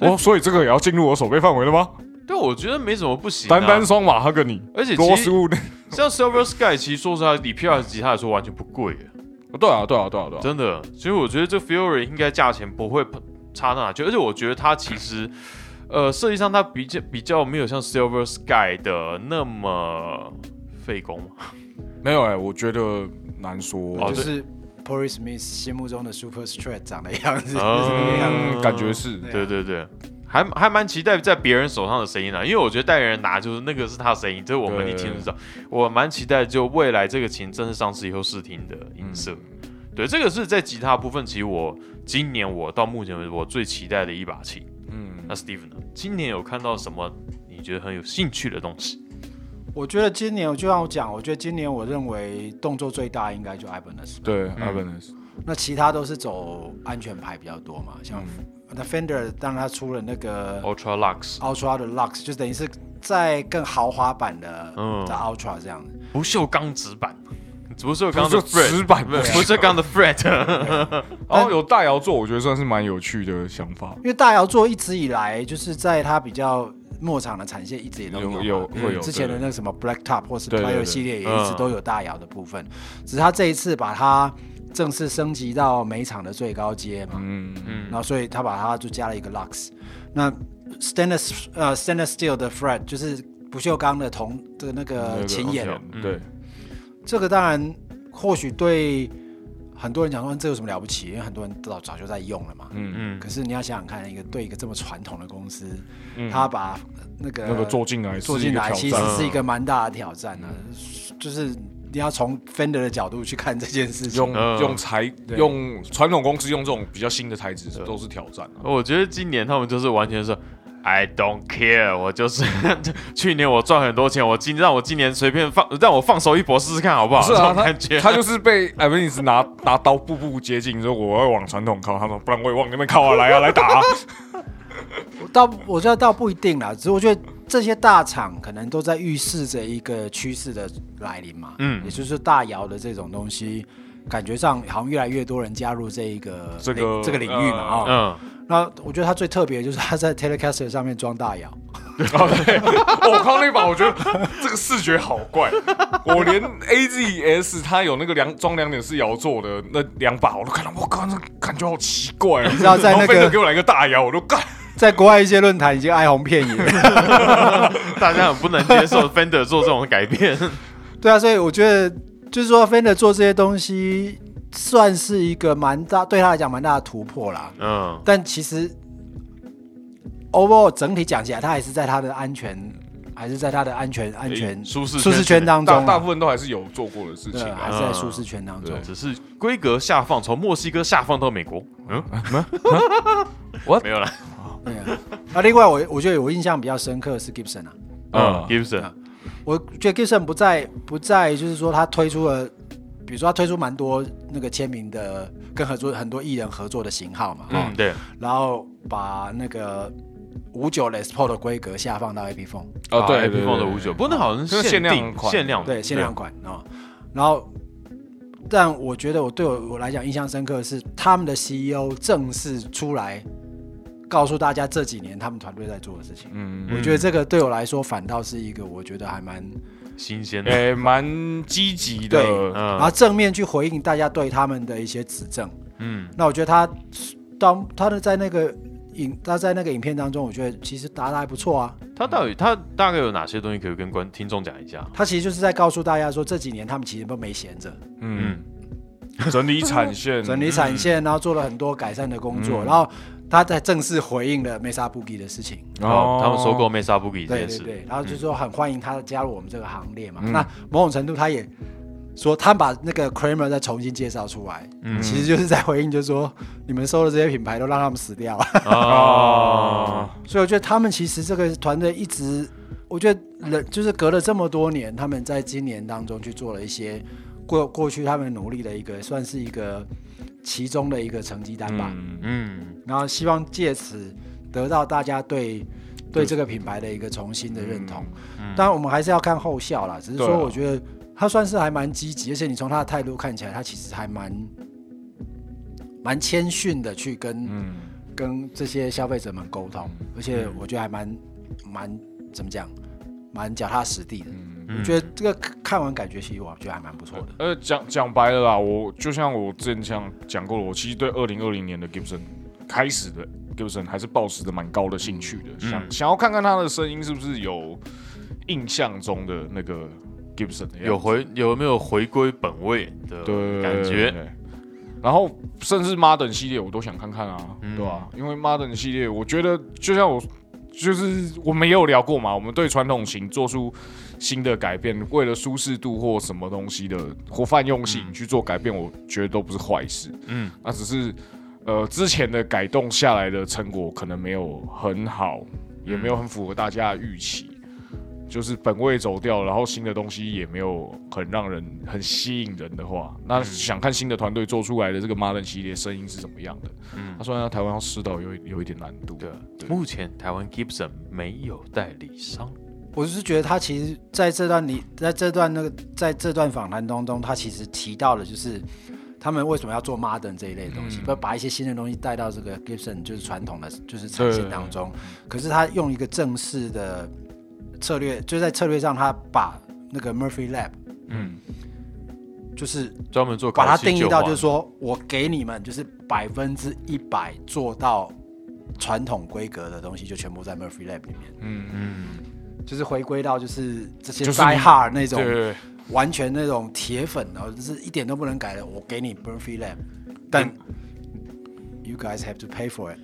[SPEAKER 2] 哦，所以这个也要进入我手背范围了吗？
[SPEAKER 1] 对，啊我觉得没什么不行、啊。
[SPEAKER 2] 单单双马哈根尼，
[SPEAKER 1] 而且
[SPEAKER 2] 多
[SPEAKER 1] 其
[SPEAKER 2] 十
[SPEAKER 1] 实
[SPEAKER 2] 五年。
[SPEAKER 1] 像 Silver Sky，其实说实话，比 P R 吉他来说完全不贵耶，
[SPEAKER 2] 对啊，对啊，对啊，对啊。
[SPEAKER 1] 真的。所以我觉得这 Fury 应该价钱不会差到哪去，而且我觉得它其实，呃，设计上它比较比较没有像 Silver Sky 的那么费工嘛。
[SPEAKER 2] 没有哎、我觉得难说。
[SPEAKER 1] 哦对
[SPEAKER 3] 就是 p o r i Smith 心目中的 Super Strat 长的样子，就是那个样子。
[SPEAKER 1] 嗯
[SPEAKER 2] 嗯，感觉是
[SPEAKER 3] 对啊
[SPEAKER 1] 对对对，还还蛮期待在别人手上的声音啊的、因为我觉得代言人拿就是那个是他的声音，这我们
[SPEAKER 2] 对
[SPEAKER 1] 一听就知道。我蛮期待就未来这个琴正式上市以后试听的音色。对，这个是在吉他部分，其实我今年我到目前为止我最期待的一把琴。
[SPEAKER 2] 嗯
[SPEAKER 1] 那 Steve 呢？今年有看到什么你觉得很有兴趣的东西？
[SPEAKER 3] 我觉得今年，我就像我讲，我觉得今年我认为动作最大应该就 Ibanez，了
[SPEAKER 2] 对
[SPEAKER 1] 嗯
[SPEAKER 2] a b a n e s
[SPEAKER 3] 那其他都是走安全牌比较多嘛，像
[SPEAKER 1] 嗯
[SPEAKER 3] 那 Fender 当然它出了那个
[SPEAKER 1] Ultra Lux
[SPEAKER 3] Ultra 的 Lux，就等于是在更豪华版的
[SPEAKER 1] 嗯
[SPEAKER 3] 的 Ultra 这样子。
[SPEAKER 1] 不锈钢直板，不锈钢的
[SPEAKER 2] 不锈
[SPEAKER 1] fret，
[SPEAKER 2] 直板
[SPEAKER 1] 不不锈钢的 fret，
[SPEAKER 2] 然哦后有大摇做，我觉得算是蛮有趣的想法，
[SPEAKER 3] 因为大姚做一直以来就是在它比较末场的产线一直也都
[SPEAKER 2] 有
[SPEAKER 3] 嘛
[SPEAKER 2] 有
[SPEAKER 3] 嗯
[SPEAKER 2] 会有
[SPEAKER 3] 之前的那个什么 Black Top 或是
[SPEAKER 2] 对对
[SPEAKER 3] Player
[SPEAKER 2] 对
[SPEAKER 3] 系列也
[SPEAKER 1] 嗯
[SPEAKER 3] 一直都有大姚的部分，只是他这一次把它正式升级到每场的最高阶嘛，
[SPEAKER 2] 嗯，
[SPEAKER 1] 嗯
[SPEAKER 3] 然，后所以他把它就加了一个 Lux，那 stainless 呃 stainless steel 的 fret 就是不锈钢的铜的那
[SPEAKER 2] 那
[SPEAKER 3] 个
[SPEAKER 2] 个
[SPEAKER 3] 琴眼，
[SPEAKER 1] 嗯
[SPEAKER 2] 对，
[SPEAKER 3] 这个当然或许对很多人讲说嗯这有什么了不起，因为很多人早早就在用了嘛，
[SPEAKER 2] 嗯
[SPEAKER 1] 嗯
[SPEAKER 3] 可是你要想想看，一个对一个这么传统的公司，
[SPEAKER 2] 嗯，
[SPEAKER 3] 他把那个
[SPEAKER 2] 那个做进来是
[SPEAKER 3] 做
[SPEAKER 2] 一
[SPEAKER 3] 进
[SPEAKER 2] 个
[SPEAKER 3] 来，
[SPEAKER 2] 挑
[SPEAKER 3] 其实
[SPEAKER 2] 战，啊
[SPEAKER 3] 是一个蛮大的挑战啊。
[SPEAKER 2] 嗯
[SPEAKER 3] 就是你要从 Fender 的角度去看这件事情。
[SPEAKER 2] 用
[SPEAKER 1] 嗯
[SPEAKER 2] 用材用传统公司用这种比较新的材质都是挑战啊。
[SPEAKER 1] 我觉得今年他们就是完全是 I don't care，我就是 去年我赚很多钱，我今让我今年随便放，让我放手一搏试试看好不好？
[SPEAKER 2] 不是啊，
[SPEAKER 1] 这种
[SPEAKER 2] 他
[SPEAKER 1] 感觉
[SPEAKER 2] 他 就是被 a b a n e s 拿 拿刀步步接近，说我要往传统靠，他说不然我也往那边靠啊，来啊来打啊，
[SPEAKER 3] 倒我觉得倒不一定啦，只是我觉得这些大厂可能都在预示着一个趋势的来临嘛。
[SPEAKER 1] 嗯
[SPEAKER 3] 也就是大摇的这种东西，感觉上好像越来越多人加入这一个
[SPEAKER 2] 这个呃
[SPEAKER 3] 领这个领域嘛啊。
[SPEAKER 1] 嗯，
[SPEAKER 3] 那我觉得它最特别的就是它在 Telecaster 上面装大摇。
[SPEAKER 2] 哦，对，我看到那把，我觉得这个视觉好怪。我连 A Z S 它有那个两装两点式摇座的那两把，我都看到，我靠，那感觉好奇怪哦。你
[SPEAKER 3] 知道在那个
[SPEAKER 2] 给我来个大摇，我都干。
[SPEAKER 3] 在国外一些论坛已经哀鸿遍野。
[SPEAKER 1] 大家很不能接受 Fender 做这种改变。
[SPEAKER 3] 对啊，所以我觉得就是说，Fender 做这些东西算是一个蛮大，对他来讲蛮大的突破啦。
[SPEAKER 1] 嗯，
[SPEAKER 3] 但其实 overall 整体讲起来，他还是在他的安全，还是在他的安全安全
[SPEAKER 1] 诶舒适圈
[SPEAKER 3] 舒适圈当中
[SPEAKER 2] 大
[SPEAKER 3] 啊，
[SPEAKER 2] 大部分都还是有做过的事情
[SPEAKER 3] 对，
[SPEAKER 2] 啊。
[SPEAKER 3] 还是在舒适圈当中
[SPEAKER 2] 对。
[SPEAKER 1] 只是规格下放，从墨西哥下放到美国，嗯，
[SPEAKER 2] 啊 What？
[SPEAKER 1] 没有啦，
[SPEAKER 3] 对啊。那另外我我觉得我印象比较深刻的是 Gibson 啊，
[SPEAKER 1] 嗯
[SPEAKER 2] 嗯
[SPEAKER 1] ，Gibson，
[SPEAKER 3] 我觉得 Gibson 不在不在，就是说他推出了，比如说他推出蛮多那个签名的，跟合作很多艺人合作的型号嘛，
[SPEAKER 1] 嗯，对，
[SPEAKER 3] 然后把那个五九 Les Paul 的规格下放到 AP Phone，
[SPEAKER 2] 哦，
[SPEAKER 3] 啊
[SPEAKER 2] 对
[SPEAKER 1] i p h o n e 的五九，不过那好像
[SPEAKER 2] 那
[SPEAKER 1] 是
[SPEAKER 2] 是限量
[SPEAKER 1] 定
[SPEAKER 2] 款
[SPEAKER 1] 限量的，
[SPEAKER 3] 对，限量款啊、哦然后，但我觉得我对我我来讲印象深刻的是，他们的 CEO 正式出来告诉大家这几年他们团队在做的事情。
[SPEAKER 2] 嗯，
[SPEAKER 1] 嗯
[SPEAKER 3] 我觉得这个对我来说反倒是一个我觉得还蛮
[SPEAKER 1] 新鲜的，
[SPEAKER 2] 诶，蛮积极
[SPEAKER 3] 对
[SPEAKER 2] 的，
[SPEAKER 3] 然后
[SPEAKER 1] 嗯
[SPEAKER 3] 正面去回应大家对他们的一些指正。
[SPEAKER 1] 嗯，
[SPEAKER 3] 那我觉得他当他的在那个影他在那个影片当中，我觉得其实答的还不错啊。
[SPEAKER 1] 他到底他大概有哪些东西可以跟观听众讲一下？
[SPEAKER 3] 他其实就是在告诉大家说，这几年他们其实都没闲着，
[SPEAKER 2] 嗯，整理产线，
[SPEAKER 3] 整理产线，然后做了很多改善的工作，
[SPEAKER 2] 嗯
[SPEAKER 3] 然后他在正式回应了 Mesa Boogie 的事情。
[SPEAKER 2] 哦
[SPEAKER 1] 然后他们收购 Mesa Boogie 这
[SPEAKER 3] 对
[SPEAKER 1] 件
[SPEAKER 3] 对
[SPEAKER 1] 事，
[SPEAKER 3] 对，然后就说很欢迎他加入我们这个行列嘛。
[SPEAKER 2] 嗯
[SPEAKER 3] 那某种程度他也说，他把那个 Kramer 再重新介绍出来，
[SPEAKER 1] 嗯
[SPEAKER 3] 其实就是在回应，就是说你们收的这些品牌都让他们死掉了。
[SPEAKER 1] 哦
[SPEAKER 2] 哦，
[SPEAKER 3] 所以我觉得他们其实这个团队一直，我觉得人就是隔了这么多年，他们在今年当中去做了一些过过去他们努力的一个，算是一个其中的一个成绩单吧。
[SPEAKER 2] 嗯
[SPEAKER 1] 嗯
[SPEAKER 3] 然后希望借此得到大家对对这个品牌的一个重新的认同。
[SPEAKER 1] 嗯
[SPEAKER 3] 当然，我们还是要看后效啦。只是
[SPEAKER 2] 对
[SPEAKER 3] 说，
[SPEAKER 2] 啊
[SPEAKER 3] 我觉得他算是还蛮积极，而且你从他的态度看起来，他其实还蛮蛮谦逊的去跟、
[SPEAKER 2] 嗯，
[SPEAKER 3] 跟这些消费者们沟通，而且我觉得还蛮蛮怎么讲，蛮脚踏实地的。
[SPEAKER 1] 嗯
[SPEAKER 3] 我觉得这个看完感觉，其实我觉得还蛮不错的。
[SPEAKER 2] 呃，讲讲白了啦，我就像我之前讲讲过了，我其实对二零二零年的 Gibson 开始的 Gibson 还是抱持着蛮高的兴趣的，想想要看看他的声音是不是有印象中的那个 Gibson 的样子
[SPEAKER 1] 嗯有回有没有回归本位的
[SPEAKER 2] 对
[SPEAKER 1] 感
[SPEAKER 2] 对
[SPEAKER 1] 觉？
[SPEAKER 2] 对然后甚至 Modern 系列我都想看看啊，
[SPEAKER 1] 嗯
[SPEAKER 2] 对吧、因为 Modern 系列，我觉得就像我，就是我们也有聊过嘛，我们对传统型做出新的改变，为了舒适度或什么东西的或泛用性、去做改变，我觉得都不是坏事。
[SPEAKER 1] 嗯，
[SPEAKER 2] 那只是呃之前的改动下来的成果可能没有很好，也没有很符合大家的预期。就是本位走掉，然后新的东西也没有很让人很吸引人的话，
[SPEAKER 1] 嗯
[SPEAKER 2] 那想看新的团队做出来的这个 Modern 系列声音是怎么样的？
[SPEAKER 1] 嗯
[SPEAKER 2] 他说要台湾要试到有一有一点难度，
[SPEAKER 1] 对，目前台湾 Gibson 没有代理商，
[SPEAKER 3] 我就是觉得他其实在这段你在这段那个在这段访谈当中，他其实提到了就是他们为什么要做 modern 这一类的东西，不、把一些新的东西带到这个 Gibson 就是传统的就是产线当中。可是他用一个正式的策略，就在策略上，他把那个 Murphy Lab
[SPEAKER 2] 嗯，
[SPEAKER 3] 就是
[SPEAKER 1] 专门做
[SPEAKER 3] 把它
[SPEAKER 1] 烤漆
[SPEAKER 3] 定义
[SPEAKER 1] 旧
[SPEAKER 3] 到
[SPEAKER 1] 化
[SPEAKER 3] 就是说我给你们就是百分之一百做到传统规格的东西，就全部在 Murphy Lab 里面，
[SPEAKER 1] 嗯
[SPEAKER 3] 就是回归到就是这些
[SPEAKER 2] 就是你
[SPEAKER 3] Die Hard 那种
[SPEAKER 2] 对对对，
[SPEAKER 3] 完全那种铁粉哦，就是一点都不能改的，我给你 Murphy Lab，但 You guys have to pay for it。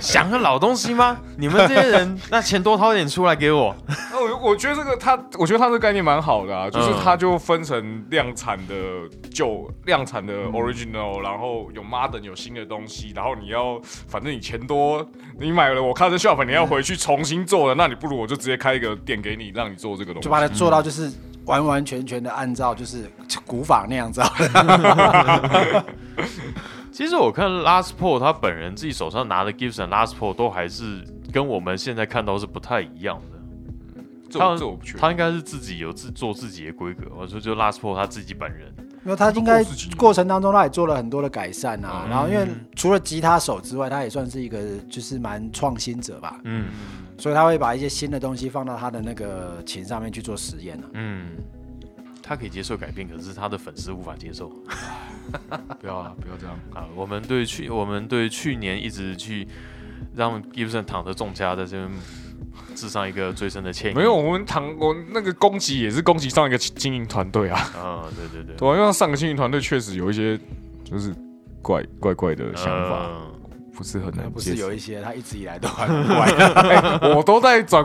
[SPEAKER 1] 想个老东西 吗？你们这些人，那钱多掏点出来给我。
[SPEAKER 2] 那我我觉得这个他，我觉得他这个概念蛮好的啊，就是
[SPEAKER 1] 嗯
[SPEAKER 2] 它就分成量产的旧、量产的 original，然后有 modern 有新的东西，然后你要反正你钱多，你买了我 c u t shop，你要回去重新做了，那你不如我就直接开一个店给你，让你做这个东西
[SPEAKER 3] 就。把它做到就是完完全全的按照就是古法那样子啊。
[SPEAKER 1] 其实我看 Last Paul 他本人自己手上拿的 Gibson Last Paul 都还是跟我们现在看到是不太一样的。
[SPEAKER 2] 这
[SPEAKER 1] 他
[SPEAKER 2] 我这我不确定。
[SPEAKER 1] 他应该是自己有自做自己的规格，我说就 Last Paul 他自己本人。
[SPEAKER 3] 因为他应该过程当中，他也做了很多的改善啊。
[SPEAKER 2] 嗯
[SPEAKER 3] 然后，因为除了吉他手之外，他也算是一个就是蛮创新者吧，
[SPEAKER 1] 嗯
[SPEAKER 3] 所以他会把一些新的东西放到他的那个琴上面去做实验啊。
[SPEAKER 1] 嗯，他可以接受改变，可是他的粉丝无法接受。
[SPEAKER 2] 不要啊，不要这样。
[SPEAKER 1] 啊，我们对去我们对去年一直去让 Gibson 躺着中枪，在这边致上一个最深的歉意。
[SPEAKER 2] 没有，，我们唐我那个攻击也是攻击上一个经营团队啊，
[SPEAKER 1] 啊，对对对，
[SPEAKER 2] 对啊，因为上个经营团队确实有一些就是怪怪怪的想法，
[SPEAKER 1] 嗯
[SPEAKER 2] 不是很
[SPEAKER 3] 那
[SPEAKER 2] 能
[SPEAKER 3] 呃不
[SPEAKER 2] 接
[SPEAKER 3] 是
[SPEAKER 2] 受
[SPEAKER 3] 有。一些他一直以来都还啊蛮怪的，
[SPEAKER 2] 我都在转，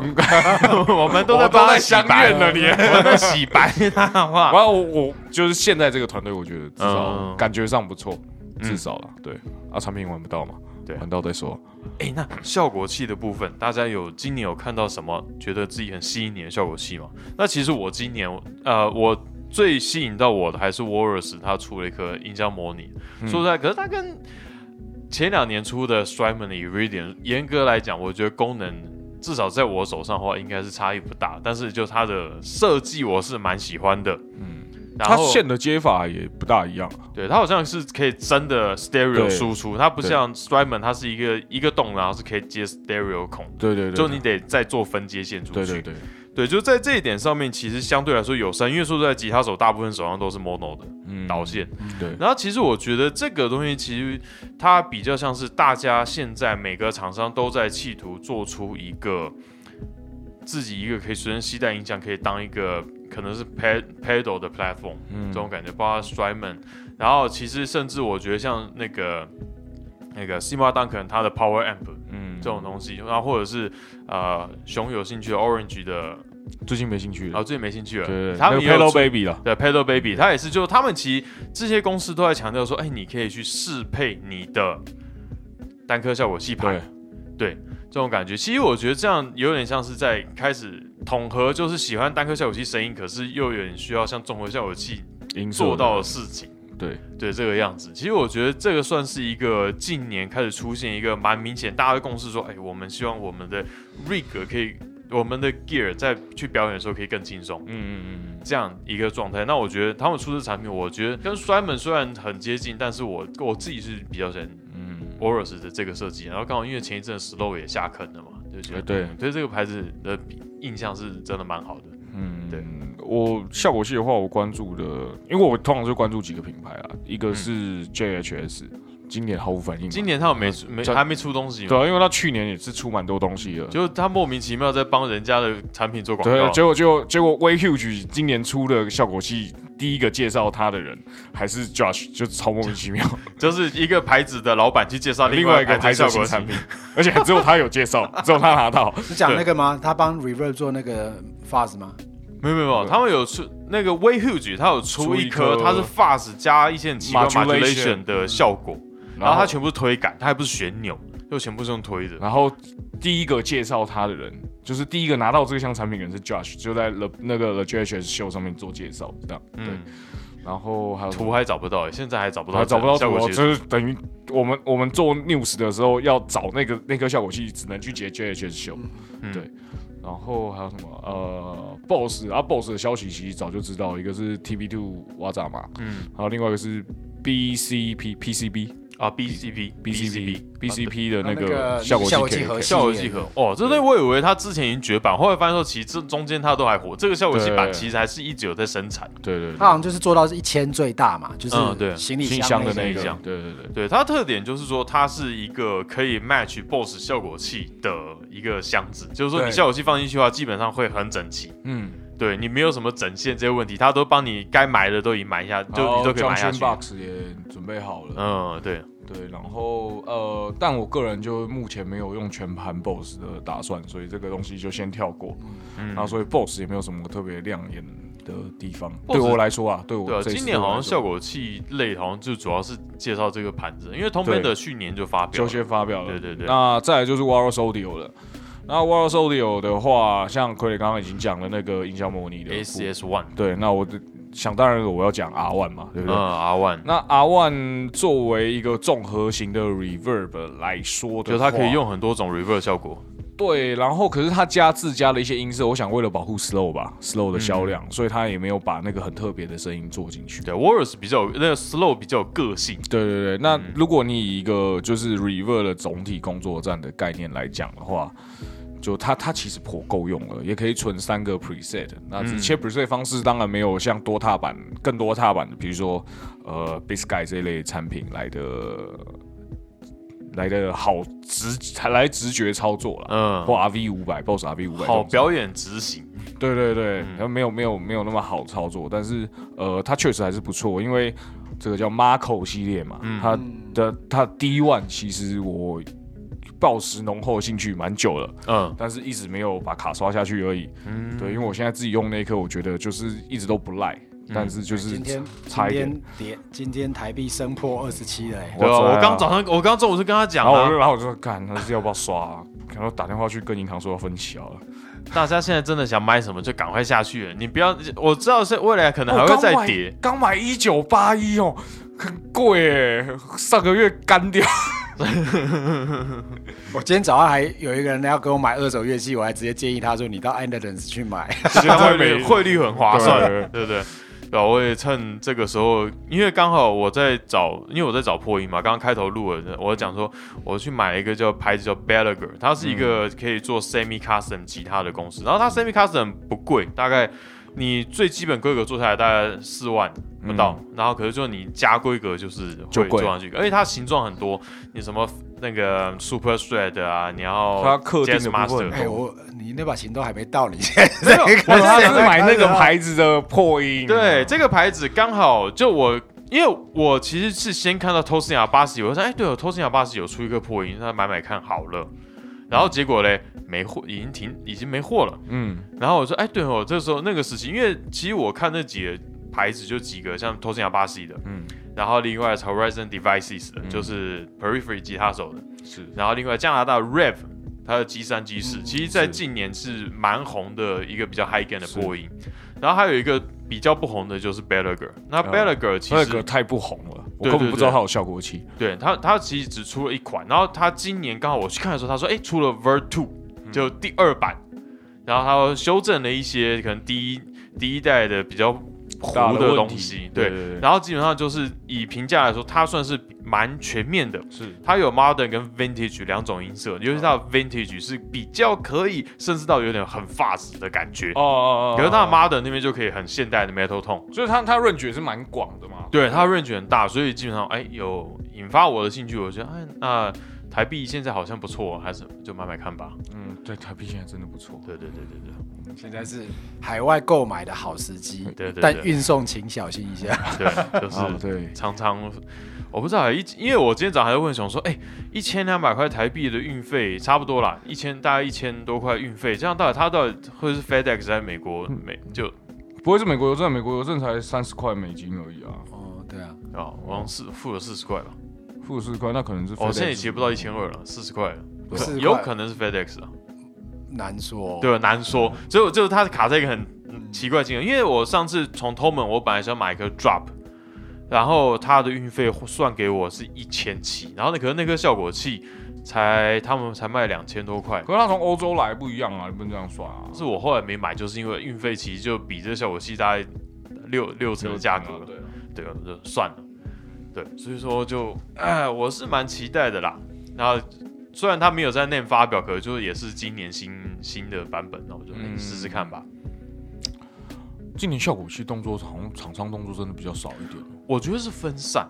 [SPEAKER 1] 我们都
[SPEAKER 2] 我
[SPEAKER 1] 在
[SPEAKER 2] 都
[SPEAKER 1] 帮他
[SPEAKER 2] 在
[SPEAKER 1] 洗
[SPEAKER 2] 相
[SPEAKER 1] 白
[SPEAKER 2] 怨了，你。
[SPEAKER 1] 我们在洗白他，好不好？
[SPEAKER 2] 然后我我就是现在这个团队，我觉得至少
[SPEAKER 1] 嗯
[SPEAKER 2] 感觉上不错，至少啦，对啊，产品玩不到嘛，
[SPEAKER 1] 对
[SPEAKER 2] 玩到再说。
[SPEAKER 1] 哎、那效果器的部分，大家有今年有看到什么觉得自己很吸引你的效果器吗？那其实我今年，呃，我最吸引到我的还是 Warriors，它出了一颗音箱模拟。
[SPEAKER 2] 嗯
[SPEAKER 1] 说实在，可是它跟前两年出的 Strymon 的 Iridium，严格来讲，我觉得功能至少在我手上的话，应该是差异不大。但是就它的设计，我是蛮喜欢的。
[SPEAKER 2] 嗯，
[SPEAKER 1] 然
[SPEAKER 2] 它
[SPEAKER 1] 后
[SPEAKER 2] 线的接法也不大一样啊，
[SPEAKER 1] 对，它好像是可以真的 stereo
[SPEAKER 2] 对
[SPEAKER 1] 输出，它不
[SPEAKER 2] 对
[SPEAKER 1] 像 Strymon，它是一个一个洞，然后是可以接 stereo 孔。
[SPEAKER 2] 对对对，
[SPEAKER 1] 就你得再做分接线出去。
[SPEAKER 2] 对对对，
[SPEAKER 1] 对就在这一点上面，其实相对来说友善，因为说实在，吉他手大部分手上都是 mono 的
[SPEAKER 2] 嗯
[SPEAKER 1] 导线。
[SPEAKER 2] 对，
[SPEAKER 1] 然后其实我觉得这个东西其实它比较像是大家现在每个厂商都在企图做出一个自己一个可以随身携带音响，可以当一个可能是 pad pedal 的 platform。
[SPEAKER 2] 嗯
[SPEAKER 1] 这种感觉，包括 Strymon，然后其实甚至我觉得像那个那个 Sima Duncan 他的 Power Amp，
[SPEAKER 2] 嗯
[SPEAKER 1] 这种东西，然后或者是呃熊有兴趣的 Orange 的，
[SPEAKER 2] 最近没兴趣
[SPEAKER 1] 然后
[SPEAKER 2] 了，
[SPEAKER 1] 最近没兴趣了，
[SPEAKER 2] 对对，对
[SPEAKER 1] 他们
[SPEAKER 2] 那
[SPEAKER 1] 也有
[SPEAKER 2] 个 Hello
[SPEAKER 1] 出
[SPEAKER 2] Baby 了，
[SPEAKER 1] 对 Pedal Baby，他也是就他们其实这些公司都在强调说，哎，你可以去适配你的单颗效果器盘
[SPEAKER 2] 对，
[SPEAKER 1] 这种感觉。其实我觉得这样有点像是在开始统合，就是喜欢单颗效果器声音，可是又有点需要像综合效果器
[SPEAKER 2] 音色
[SPEAKER 1] 做
[SPEAKER 2] 的
[SPEAKER 1] 到的事情。
[SPEAKER 2] 对，
[SPEAKER 1] 对这个样子。其实我觉得这个算是一个近年开始出现一个蛮明显，大家的共识说，哎，我们希望我们的 rig 可以，我们的 gear 在去表演的时候可以更轻松。
[SPEAKER 2] 嗯嗯嗯
[SPEAKER 1] 这样一个状态，那我觉得他们出的产品，我觉得跟摔门虽然很接近，但是我我自己是比较喜欢
[SPEAKER 2] 嗯
[SPEAKER 1] Oris 的这个设计。然后刚好因为前一阵 Slow 也下坑了嘛，就觉得、嗯
[SPEAKER 2] 哎对
[SPEAKER 1] 对这个牌子的印象是真的蛮好的。
[SPEAKER 2] 嗯，
[SPEAKER 1] 对。
[SPEAKER 2] 我效果器的话，我关注的，因为我通常就关注几个品牌啊，一个是 JHS，今年毫无反应
[SPEAKER 1] 嗯
[SPEAKER 2] 嘛，
[SPEAKER 1] 今年他们没出没
[SPEAKER 2] 这
[SPEAKER 1] 还没出东西嘛，
[SPEAKER 2] 对啊，因为他去年也是出蛮多东西的，
[SPEAKER 1] 就他莫名其妙在帮人家的产品做广告
[SPEAKER 2] 对，，结果就结果 Way Huge 今年出的效果器，第一个介绍他的人还是 Josh，就超莫名其妙，
[SPEAKER 1] 就是一个牌子的老板去介绍
[SPEAKER 2] 另
[SPEAKER 1] 外
[SPEAKER 2] 外一个牌
[SPEAKER 1] 效
[SPEAKER 2] 子
[SPEAKER 1] 果
[SPEAKER 2] 新
[SPEAKER 1] 器
[SPEAKER 2] 产品，而且只有他有介绍， 只有他拿到，
[SPEAKER 3] 是 讲那个吗？他帮 Reverb 做那个 fuzz 吗？
[SPEAKER 1] 没有没有没有，他们有出那个 Way Huge，它有出
[SPEAKER 2] 出
[SPEAKER 1] 一
[SPEAKER 2] 一
[SPEAKER 1] 颗
[SPEAKER 2] 颗
[SPEAKER 1] 它是 Fuzz 加一些很奇怪
[SPEAKER 2] Modulation 嗯
[SPEAKER 1] modulation 的效果，然
[SPEAKER 2] 然
[SPEAKER 1] 后
[SPEAKER 2] 后
[SPEAKER 1] 它
[SPEAKER 2] 他
[SPEAKER 1] 全部是推杆，它还不是旋钮，就全部是用推的。
[SPEAKER 2] 然后第一个介绍他的人，就是第一个拿到这项产品的人是 Josh，就在 The 那个 The JHS Show 上面做介绍，这样，
[SPEAKER 1] 嗯，
[SPEAKER 2] 对，然后还有什么
[SPEAKER 1] 图还找不到，现在还找不到，
[SPEAKER 2] 还找不到
[SPEAKER 1] 效
[SPEAKER 2] 图
[SPEAKER 1] 果
[SPEAKER 2] 哦，
[SPEAKER 1] 器。
[SPEAKER 2] 就是等于我们我们做 news 的时候要找那个那颗效果器，只能去截 JHS 秀，
[SPEAKER 1] 嗯
[SPEAKER 2] 对。然后还有什么？呃，Boss 啊，Boss 的消息其实早就知道，一个是 TB Two 瓦扎嘛，
[SPEAKER 1] 嗯
[SPEAKER 2] 还有另外一个是 BCP PCB
[SPEAKER 1] 啊，BCP
[SPEAKER 2] BCP BCP
[SPEAKER 1] 啊
[SPEAKER 2] 的
[SPEAKER 3] 那
[SPEAKER 2] 那
[SPEAKER 3] 个
[SPEAKER 2] 个效果
[SPEAKER 3] 效果
[SPEAKER 2] 器
[SPEAKER 3] 器
[SPEAKER 2] K
[SPEAKER 3] 核
[SPEAKER 2] K
[SPEAKER 3] 心
[SPEAKER 1] 效果器盒哦，这对我以为它之前已经绝版，后来发现说其实这中间它都还活。这个效果器
[SPEAKER 2] 对
[SPEAKER 1] 版其实还是一直有在生产。
[SPEAKER 2] 对对
[SPEAKER 3] 他好像就是做到一千最大嘛，就
[SPEAKER 1] 嗯对
[SPEAKER 3] 是行李
[SPEAKER 2] 对，信
[SPEAKER 3] 箱
[SPEAKER 2] 箱的那
[SPEAKER 3] 那
[SPEAKER 1] 行
[SPEAKER 2] 个
[SPEAKER 1] 李箱，
[SPEAKER 2] 对对对，
[SPEAKER 1] 对它的特点就是说，它是一个可以 match BOSS 效果器的一个箱子，就是说你
[SPEAKER 2] 对
[SPEAKER 1] 效果器放进去的话，基本上会很整齐。
[SPEAKER 2] 嗯，
[SPEAKER 1] 对你没有什么整线这些问题，它都帮你该埋的都已经埋下，就你都可以埋下去。
[SPEAKER 2] 哦 Box 也准备好了，
[SPEAKER 1] 嗯，对，
[SPEAKER 2] 对，然后呃，但我个人就目前没有用全盘 BOSS 的打算，所以这个东西就先跳过。
[SPEAKER 1] 嗯
[SPEAKER 2] 然后所以 BOSS 也没有什么特别亮眼的地方，
[SPEAKER 1] BOSS
[SPEAKER 2] 对我来说啊，对
[SPEAKER 1] 对啊，
[SPEAKER 2] 我这一次
[SPEAKER 1] 今年好像效
[SPEAKER 2] 对我
[SPEAKER 1] 果器类好像就主要是介绍这个盘子，因为 Tom
[SPEAKER 2] 对
[SPEAKER 1] Bender 去年就发
[SPEAKER 2] 来
[SPEAKER 1] 表
[SPEAKER 2] 说就
[SPEAKER 1] 了，
[SPEAKER 2] 先发表了。
[SPEAKER 1] 对对对
[SPEAKER 2] 那再来就是 Waros Audio 了。那 Waros Audio 的话，像傀儡刚刚已经讲了那个音效模拟的部
[SPEAKER 1] ACS One，
[SPEAKER 2] 对，那我的想当然了我要讲 R One 嘛，对不
[SPEAKER 1] 嗯
[SPEAKER 2] 对？
[SPEAKER 1] ，R One，
[SPEAKER 2] 那 R One 作为一个综合型的 Reverb 来说的
[SPEAKER 1] 就它可以
[SPEAKER 2] 话
[SPEAKER 1] 用很多种 reverse 效果。
[SPEAKER 2] 对，然后可是他加自家的一些音色，我想为了保护 slow 吧，slow 的销
[SPEAKER 1] 嗯
[SPEAKER 2] 量，所以他也没有把那个很特别的声音做进去。
[SPEAKER 1] 对 w a r r i s 比较有那个 slow 比较有个性，
[SPEAKER 2] 对对对，
[SPEAKER 1] 嗯
[SPEAKER 2] 那如果你以一个就是 reverb 的总体工作站的概念来讲的话，就它它其实颇够用了，也可以存三个 preset。那
[SPEAKER 1] 嗯
[SPEAKER 2] 这些 preset 方式当然没有像多踏板更多踏板的，比如说呃 b i s c y 这一类产品来的来的好直，来直觉操作了。
[SPEAKER 1] 嗯
[SPEAKER 2] 或，RV 五百，BOSS RV 五百，
[SPEAKER 1] 好表演执行，
[SPEAKER 2] 对对
[SPEAKER 1] 嗯
[SPEAKER 2] 对，它没有没有没有那么好操作，但是呃，它确实还是不错，因为这个叫 Marco 系列嘛，
[SPEAKER 1] 嗯
[SPEAKER 2] 它的它 D One 其实我抱持浓厚的兴趣蛮久了，
[SPEAKER 1] 嗯，
[SPEAKER 2] 但是一直没有把卡刷下去而已。对，因为我现在自己用那一颗，我觉得就是一直都不赖，
[SPEAKER 1] 嗯
[SPEAKER 2] 但是就是
[SPEAKER 3] 哎今天今
[SPEAKER 2] 差一点。
[SPEAKER 3] 天跌，今天台币升破二十七了、欸，
[SPEAKER 1] 对啊，
[SPEAKER 2] 我知道
[SPEAKER 1] 我刚早上，我刚中午是跟他讲啊
[SPEAKER 2] 然后我就，
[SPEAKER 1] 了，
[SPEAKER 2] 然后我就说，干，那是要不要刷、啊？然后打电话去跟银行说要分期好了。
[SPEAKER 1] 大家现在真的想买什么就赶快下去了，你不要，我知道是未来可能还
[SPEAKER 2] 我
[SPEAKER 1] 会
[SPEAKER 2] 哦刚
[SPEAKER 1] 再
[SPEAKER 2] 买
[SPEAKER 1] 跌，
[SPEAKER 2] 刚买一九八一哦，很贵哎，上个月 干掉。
[SPEAKER 3] 我今天早上还有一个人要给我买二手乐器，我还直接建议他说：“你到 Anderson 去买。
[SPEAKER 1] 现在汇率汇率很划算，
[SPEAKER 2] 对
[SPEAKER 1] 对不对？对啊，我也趁这个时候，因为刚好我在找，因为我在找破音嘛，刚刚开头录了，我讲说我去买一个叫牌子叫 Gallagher，它是一个
[SPEAKER 2] 嗯
[SPEAKER 1] 可以做 semi custom 吉他的公司，然后它 semi custom 不贵，大概你最基本规格做下来大概四万不到，然后可是就你加规格就是
[SPEAKER 2] 嗯就
[SPEAKER 1] 会
[SPEAKER 2] 贵
[SPEAKER 1] 做上去，而且它形状很多，你什么那个 Super Thread 啊，你要
[SPEAKER 2] 它刻定
[SPEAKER 1] Jazz
[SPEAKER 2] 的部
[SPEAKER 1] Master
[SPEAKER 2] 分”
[SPEAKER 3] 哎、我你那把琴都还没到，你现在
[SPEAKER 2] 没有，我
[SPEAKER 3] 我
[SPEAKER 2] 是
[SPEAKER 3] 是
[SPEAKER 2] 买那个
[SPEAKER 3] 买
[SPEAKER 2] 牌子的破音。
[SPEAKER 1] 啊
[SPEAKER 2] 啊
[SPEAKER 1] 对，，这个牌子刚好就我，因为我其实是先看到 Tosin 亚巴西，我就说哎，对哦，Tosin 亚巴西有出一个破音，那买买看好了。然后结果嘞，没货，已经停，已经没货了。
[SPEAKER 2] 嗯，
[SPEAKER 1] 然后我说，哎，对哦，这时候那个时期，因为其实我看那几个牌子就几个，像 Tosin 亚巴西的，嗯
[SPEAKER 2] 嗯，
[SPEAKER 1] 然后另外是 Horizon Devices 的，就是 Periphery 吉他手的，
[SPEAKER 2] 是
[SPEAKER 1] 然后另外加拿大 Rev 它的 G 三 G 四，其实在
[SPEAKER 2] 是
[SPEAKER 1] 近年是蛮红的一个比较 high gain 的波音，然后还有一个比较不红的就是 b e l l e g e r 那
[SPEAKER 2] 啊
[SPEAKER 1] b e l l e g e r 其
[SPEAKER 2] 那
[SPEAKER 1] 实、
[SPEAKER 2] 个太不红了，我
[SPEAKER 1] 对
[SPEAKER 2] 根本
[SPEAKER 1] 对
[SPEAKER 2] 不知道
[SPEAKER 1] 对
[SPEAKER 2] 它有效果器。
[SPEAKER 1] 对它它其实只出了一款，然后它今年刚好我去看的时候，他说哎出了 Ver Two
[SPEAKER 2] 嗯
[SPEAKER 1] 就第二版，然后它修正了一些可能第一第一代的比较糊
[SPEAKER 2] 大的问
[SPEAKER 1] 东
[SPEAKER 2] 题
[SPEAKER 1] 西，
[SPEAKER 2] 对
[SPEAKER 1] 对，
[SPEAKER 2] 对对
[SPEAKER 1] 然后基本上就是以评价来说，它算是蛮全面的，
[SPEAKER 2] 是
[SPEAKER 1] 它有 modern 跟 vintage 两种音色，尤其它的 vintage 是比较可以，甚至到有点很发质的感觉。
[SPEAKER 2] 哦哦哦，
[SPEAKER 1] 可是它的
[SPEAKER 2] 妈，
[SPEAKER 1] modern 那边就可以很现代的 metal tone，
[SPEAKER 2] 所以它它 range 也是蛮广的嘛。
[SPEAKER 1] 对它 range 很大，所以基本上哎有引发我的兴趣，我觉得哎那台币现在好像不错，还是就买买看吧。
[SPEAKER 2] 嗯，对，它毕竟还真的不错。
[SPEAKER 1] 对对对对
[SPEAKER 3] 现在是海外购买的好时机，
[SPEAKER 1] 对对对
[SPEAKER 3] 但运送请小心一下。
[SPEAKER 1] 对对，就是
[SPEAKER 2] 啊，对，
[SPEAKER 1] 常常我不知道一，因为我今天早上还在问熊说，哎、一千两百块台币的运费差不多啦，一千大概一千多块运费，这样到底他到底会是 FedEx 在美国美就
[SPEAKER 2] 不会是美国邮政，美国邮政才三十块美金而已啊，
[SPEAKER 3] 哦，对啊，
[SPEAKER 1] 啊，我好像是付了四十块吧，
[SPEAKER 2] 付四十块，那可能是
[SPEAKER 1] 我、哦、现在
[SPEAKER 2] FedEx
[SPEAKER 1] 也结不到一千二了，四十块了，
[SPEAKER 3] 不是
[SPEAKER 1] 有可能是 FedEx 啊，
[SPEAKER 3] 难说。哦
[SPEAKER 1] 对，难说，所以我就它卡在一个很嗯奇怪的金额，因为我上次从 Toman 我本来想买一颗 Drop。然后它的运费算给我是一千七，然后那可是那颗效果器才他们才卖两千多块，
[SPEAKER 2] 可是他从欧洲来不一样啊，你不能这样算啊。
[SPEAKER 1] 是我后来没买，就是因为运费其实就比这效果器大概六六成的价格，
[SPEAKER 2] 对啊，
[SPEAKER 1] 对啊，就算了，对，所以说就，哎，我是蛮期待的啦。然后虽然它没有在 Name 发表，可就是也是今年新新的版本，那我就哎
[SPEAKER 2] 嗯
[SPEAKER 1] 试试看吧。
[SPEAKER 2] 今年效果器动作好像厂商动作真的比较少一点。
[SPEAKER 1] 我觉得是分散，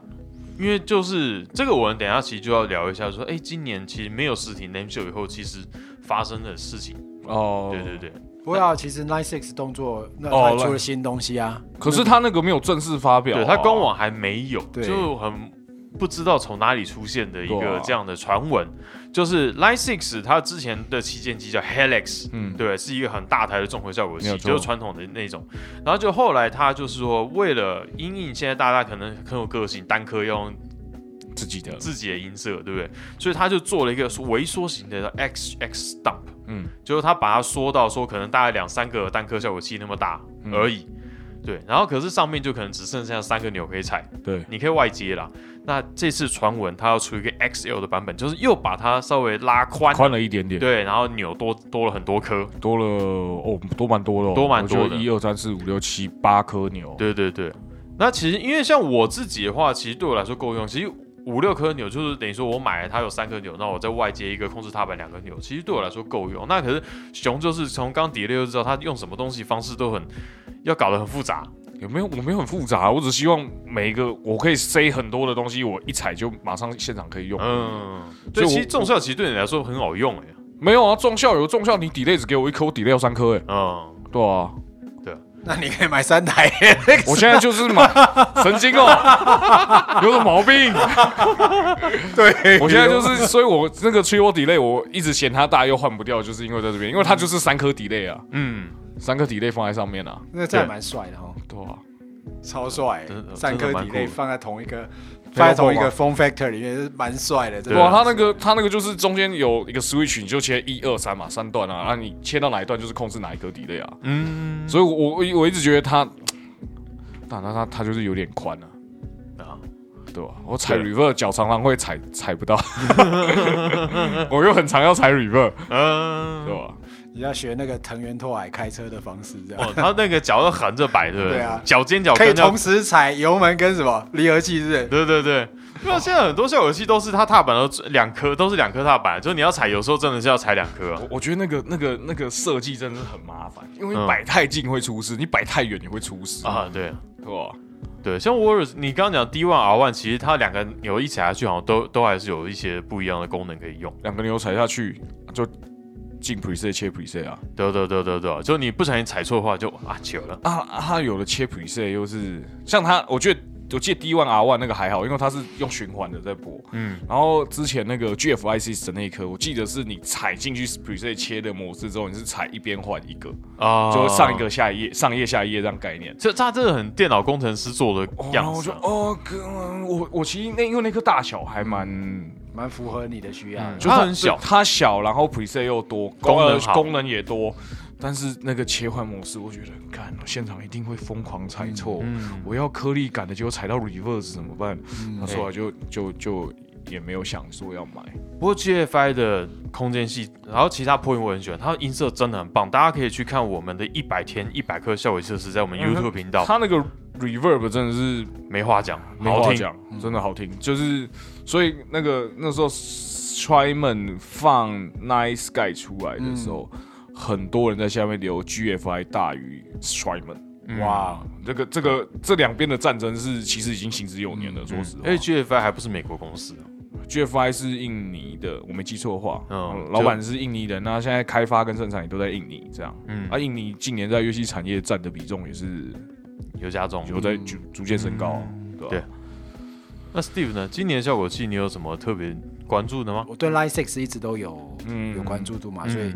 [SPEAKER 1] 因为就是这个，我们等一下其实就要聊一下，说，哎，今年其实没有实体 Name 秀以后，其实发生的事情，
[SPEAKER 2] 哦
[SPEAKER 1] 对对。对，
[SPEAKER 3] 不过啊，其实 Nine Six 动作那
[SPEAKER 2] 哦
[SPEAKER 3] 还出了新东西啊，
[SPEAKER 2] 可是他那个没有正式发表啊，
[SPEAKER 1] 对，它官网还没有，
[SPEAKER 3] 对
[SPEAKER 1] 就很不知道从哪里出现的一
[SPEAKER 2] 对
[SPEAKER 1] 个
[SPEAKER 2] 啊
[SPEAKER 1] 这样的传闻，就是 Line Six 它之前的旗舰机叫 Helix。
[SPEAKER 2] 嗯，
[SPEAKER 1] 对，是一个很大台的综合效果器
[SPEAKER 2] 没，有错
[SPEAKER 1] 就是传统的那种。然后就后来它就是说，为了因应现在大家可能很有个性，单颗要用
[SPEAKER 2] 自己的，
[SPEAKER 1] 自己的音色，对不对？所以它就做了一个微缩型的 X X Stump，
[SPEAKER 2] 嗯，
[SPEAKER 1] 就是他把它缩到说可能大概两三个单颗效果器那么大
[SPEAKER 2] 嗯
[SPEAKER 1] 而已。对，然后可是上面就可能只剩下三个钮可以踩，
[SPEAKER 2] 对，
[SPEAKER 1] 你可以外接啦。那这次传闻它要出一个 XL 的版本，就是又把它稍微拉宽，
[SPEAKER 2] 宽了一点点，
[SPEAKER 1] 嗯对，然后钮多多了很多颗，
[SPEAKER 2] 多了哦，多蛮多的哦，
[SPEAKER 1] 多蛮多的
[SPEAKER 2] 一二三四五六七八颗牛，
[SPEAKER 1] 对对对。那其实因为像我自己的话，其实对我来说够用，其实。五六颗钮就是等于说我买了它有三颗钮，那我再外接一个控制踏板两个钮，其实对我来说够用。那可是熊就是从刚底六就知道，它用什么东西方式都很要搞得很复杂，
[SPEAKER 2] 有没有？我没有很复杂，啊我只希望每一个我可以塞很多的东西，我一踩就马上现场可以用。
[SPEAKER 1] 嗯，对，
[SPEAKER 2] 所以我
[SPEAKER 1] 其实重效其实对你来说很好用哎、
[SPEAKER 2] 没有啊，重效有重效，你 delay 只给我一颗，我 delay 要三颗，哎，
[SPEAKER 1] 嗯，
[SPEAKER 2] 对啊，
[SPEAKER 3] 那你可以买三台。
[SPEAKER 2] 我现在就 是买神经哦，有什么毛病？
[SPEAKER 3] 对
[SPEAKER 2] 我现在就是，所以我那个 t r i o delay 我一直嫌它大又换不掉，就是因为在这边，因为它就是三颗 delay 啊，
[SPEAKER 1] 嗯，
[SPEAKER 2] 三颗 delay 放在上面啊，
[SPEAKER 3] 那这样蛮帅的哦。
[SPEAKER 2] 对啊，
[SPEAKER 3] 超帅
[SPEAKER 1] 真的，
[SPEAKER 3] 三
[SPEAKER 1] 真
[SPEAKER 3] 颗
[SPEAKER 1] 的蛮
[SPEAKER 3] 底
[SPEAKER 1] 酷的
[SPEAKER 3] 类放在同一个放在同一
[SPEAKER 2] 吗
[SPEAKER 3] 个 form factor 里面，是蛮帅的。真
[SPEAKER 1] 对
[SPEAKER 2] 哇，
[SPEAKER 1] 啊
[SPEAKER 3] 的，
[SPEAKER 2] 它那个它那个就是中间有一个 switch，你就切一二三嘛，三段啊，那你切到哪一段就是控制哪一颗底类啊。
[SPEAKER 1] 嗯
[SPEAKER 2] 所以我我我一直觉得它，但它它它就是有点宽啊，
[SPEAKER 1] 啊，
[SPEAKER 2] 对吧、我踩
[SPEAKER 1] 对
[SPEAKER 2] reverb 脚常常会踩踩不到， 我又很常要踩 reverb，
[SPEAKER 1] 嗯，
[SPEAKER 2] 对吧？
[SPEAKER 3] 你要学那个藤原拓海开车的方式，这样
[SPEAKER 1] 哦，他那个脚要横着摆，对不对？
[SPEAKER 3] 对啊
[SPEAKER 1] 脚尖脚
[SPEAKER 3] 可以
[SPEAKER 1] 跟要
[SPEAKER 3] 同时踩油门跟什么离合器，是不是？
[SPEAKER 1] 对对对，因为现在很多效果器都是它踏板都两颗，都是两颗踏板，就是你要踩，有时候真的是要踩两颗啊。
[SPEAKER 2] 我我觉得那个那个那个设计真的是很麻烦，因为
[SPEAKER 1] 嗯
[SPEAKER 2] 你摆太近会出事，你摆太远也会出事啊，
[SPEAKER 1] 啊，对
[SPEAKER 2] 对吧？
[SPEAKER 1] 对，像沃尔，你刚刚讲 D one R one，其实它两个扭一踩下去，好像都都还是有一些不一样的功能可以用。
[SPEAKER 2] 两个牛踩下去就进 preset 切 preset 啊，
[SPEAKER 1] 对对对对对，就你不小心踩错的话就，啊糗了。
[SPEAKER 2] 啊，啊它有的切 preset 又是像它，我觉得我记得 D one R one 那个还好，因为它是用循环的在播。
[SPEAKER 1] 嗯，
[SPEAKER 2] 然后之前那个 GFIC 的那一颗，我记得是你踩进去 preset 切的模式之后，你是踩一边换一个，
[SPEAKER 1] 啊，
[SPEAKER 2] 就上一个下一页、上一页下一页这样概念。
[SPEAKER 1] 这它这个很电脑工程师做的
[SPEAKER 2] 哦然
[SPEAKER 1] 样
[SPEAKER 2] 后我
[SPEAKER 1] 子
[SPEAKER 2] 就
[SPEAKER 1] 啊、
[SPEAKER 2] 哦，哥，我我其实那因为那颗大小还蛮，
[SPEAKER 3] 蛮符合你的需要的。
[SPEAKER 2] 就
[SPEAKER 1] 它
[SPEAKER 2] 它
[SPEAKER 1] 很小
[SPEAKER 2] 它小，然后 preset 又多，
[SPEAKER 1] 功能
[SPEAKER 2] 呃
[SPEAKER 1] 好
[SPEAKER 2] 功能也多，但是那个切换模式，我觉得，看现场一定会疯狂踩错。
[SPEAKER 1] 嗯，
[SPEAKER 2] 我要颗粒感的，结果踩到 reverse 怎么办？他
[SPEAKER 1] 哎
[SPEAKER 2] 说来啊就就就也没有想说要买，
[SPEAKER 1] 不过 GFI 的空间系，然后其他 point 我很喜欢，它的音色真的很棒，大家可以去看我们的一百天一百颗效果测试，在我们
[SPEAKER 2] 嗯
[SPEAKER 1] YouTube 频道，
[SPEAKER 2] 他那个 reverb 真的是
[SPEAKER 1] 没话讲，
[SPEAKER 2] 没
[SPEAKER 1] 好
[SPEAKER 2] 话
[SPEAKER 1] 听。
[SPEAKER 2] 讲，嗯真的好听。就是所以那个那时候 Tryman 放 Nice Sky 出来的时候，很多人在下面留 GFI 大于 Tryman。
[SPEAKER 1] 嗯
[SPEAKER 2] 哇，这个这个这两边的战争是其实已经行之有年了。说实话，
[SPEAKER 1] 因为 GFI 还不是美国公司，
[SPEAKER 2] GFI 是印尼的，我没记错的话，
[SPEAKER 1] 嗯
[SPEAKER 2] 嗯，老板是印尼人，那现在开发跟生产也都在印尼，这样，
[SPEAKER 1] 嗯
[SPEAKER 2] 嗯，啊，印尼近年在乐器产业占的比重也是
[SPEAKER 1] 有加重。
[SPEAKER 2] 有在逐逐渐升高啊，对吧
[SPEAKER 1] 对那 Steve 呢？今年效果器你有什么特别关注的吗？
[SPEAKER 3] 我对 Line Six 一直都有
[SPEAKER 2] 嗯
[SPEAKER 3] 有关注度嘛，所
[SPEAKER 1] 嗯
[SPEAKER 3] 以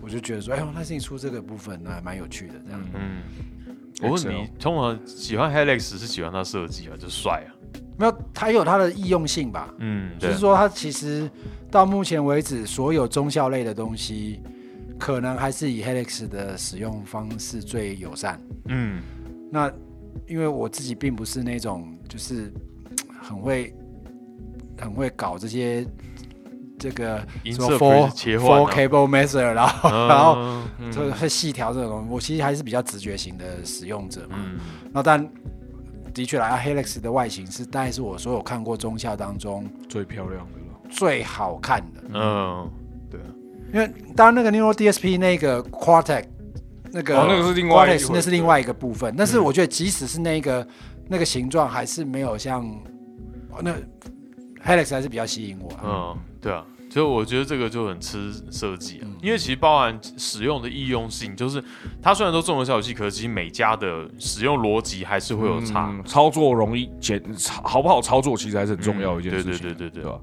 [SPEAKER 3] 我就觉得说，哎呦，Line Six 出这个部分呢，蛮有趣的。这样，
[SPEAKER 1] 嗯，我问你，通常喜欢 Helix 是喜欢它设计啊，就帅啊。
[SPEAKER 3] 没有，它有它的易用性吧？
[SPEAKER 1] 嗯，
[SPEAKER 3] 就
[SPEAKER 1] 对
[SPEAKER 3] 是，说，它其实到目前为止，所有中效类的东西，可能还是以 Helix 的使用方式最友善。
[SPEAKER 1] 嗯，
[SPEAKER 3] 那因为我自己并不是那种就是嘖很会很会搞这些这个
[SPEAKER 1] 音
[SPEAKER 3] 什么
[SPEAKER 1] 色
[SPEAKER 3] four
[SPEAKER 1] 切换啊
[SPEAKER 3] four cable measure，然 后、
[SPEAKER 1] 嗯
[SPEAKER 3] 然后这会细调这种东西，我其实还是比较直觉型的使用者嘛。
[SPEAKER 1] 嗯
[SPEAKER 3] 那但的确啦，Helix 啊的外形是大概是我所有看过中校当中
[SPEAKER 2] 最漂亮的了，
[SPEAKER 3] 最好看的。
[SPEAKER 1] 嗯，对，
[SPEAKER 3] 因为当然那个 Nero DSP 那个 Quartet 那个、
[SPEAKER 2] 哦那个嗯是另外一
[SPEAKER 3] Quartet
[SPEAKER 2] 回事
[SPEAKER 3] 那是另外一个部分，但是我觉得即使是那个那个形状，还是没有像、哦那 Helix 还是比较吸引我、啊。
[SPEAKER 1] 嗯，对啊。所以我觉得这个就很吃设计啊，
[SPEAKER 2] 嗯
[SPEAKER 1] 因为其实包含使用的易用性，就是它虽然都综合效果器，可是其实每家的使用逻辑还是会有差。
[SPEAKER 2] 嗯操作容易简，操好不好操作其实还是很重要的一
[SPEAKER 1] 嗯
[SPEAKER 2] 件
[SPEAKER 1] 对
[SPEAKER 2] 事情，
[SPEAKER 1] 对对对
[SPEAKER 2] 对
[SPEAKER 1] 对，
[SPEAKER 2] 吧？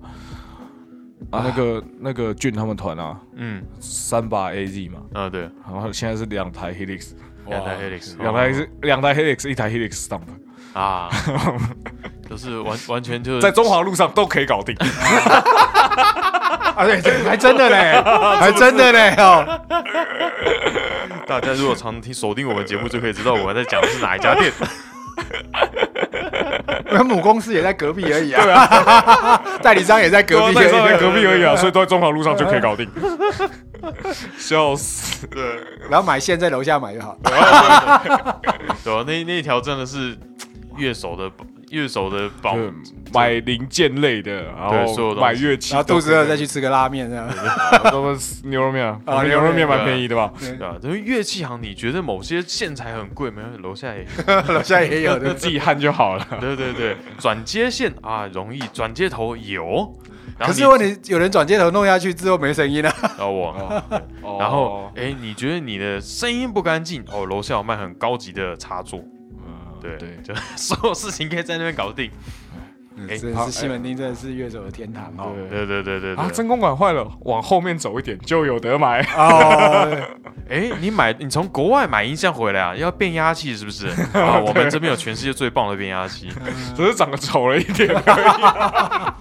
[SPEAKER 2] 啊，那个那个俊他们团啊，
[SPEAKER 1] 嗯，
[SPEAKER 2] 三把 AZ 嘛，
[SPEAKER 1] 啊对，
[SPEAKER 2] 然后现在是两台 Helix，
[SPEAKER 1] 两台 Helix，
[SPEAKER 2] 两台是两台 Helix，一台 Helix Stump，
[SPEAKER 1] 啊，就是完完全就是
[SPEAKER 2] 在中华路上都可以搞 定。
[SPEAKER 3] 啊，对，这还真的 嘞，还真的嘞哦。
[SPEAKER 1] 大家如果常听锁定我们节目，就可以知道我们在讲的是哪一家店。
[SPEAKER 3] 我们母公司也在隔壁而已啊，对啊， 代理商也在隔
[SPEAKER 2] 对啊
[SPEAKER 3] 壁
[SPEAKER 2] 那也
[SPEAKER 3] 而
[SPEAKER 2] 在
[SPEAKER 3] 已。
[SPEAKER 2] 隔壁 而已啊，所以都在中华路上就可以搞定。笑死！
[SPEAKER 3] 然后买线在楼下买就好。
[SPEAKER 1] 对啊，那那一条真的是乐手的乐手的宝，
[SPEAKER 2] 就买零件类的，然
[SPEAKER 1] 对所有东
[SPEAKER 2] 后
[SPEAKER 1] 西
[SPEAKER 2] 买乐器，
[SPEAKER 3] 然后肚子饿再去吃个拉面这样。
[SPEAKER 2] 都是牛肉面啊，
[SPEAKER 3] 啊
[SPEAKER 2] 牛肉面
[SPEAKER 1] 牛肉
[SPEAKER 2] 蛮
[SPEAKER 1] 面
[SPEAKER 2] 便宜的吧？
[SPEAKER 1] 对啊，因为乐器行你觉得某些线材很贵，没有楼下也有，
[SPEAKER 3] 楼下也有的，
[SPEAKER 2] 自己焊就好了。
[SPEAKER 1] 对对对，转接线啊容易，转接头有。然
[SPEAKER 3] 可
[SPEAKER 1] 后
[SPEAKER 3] 是问题有人转接头弄下去之后没 声音了。
[SPEAKER 1] 找我，
[SPEAKER 2] 哦
[SPEAKER 1] 然后哎，你觉得你的声音不干净哦？楼下有卖很高级的插座，
[SPEAKER 2] 嗯
[SPEAKER 1] 对
[SPEAKER 2] 对，
[SPEAKER 1] 就所有事情可以在那边搞定。哎
[SPEAKER 3] 真的是西门町，真的是乐手的天堂哦。
[SPEAKER 2] 对
[SPEAKER 1] 对对对对
[SPEAKER 2] 啊，
[SPEAKER 1] 对。
[SPEAKER 2] 真空管坏了，往后面走一点就有得买。
[SPEAKER 3] 哦，
[SPEAKER 1] 哎，你买你从国外买音箱回来啊，要变压器是不 是？啊，我们这边有全世界最棒的变压器。
[SPEAKER 2] 只是长得丑了一点。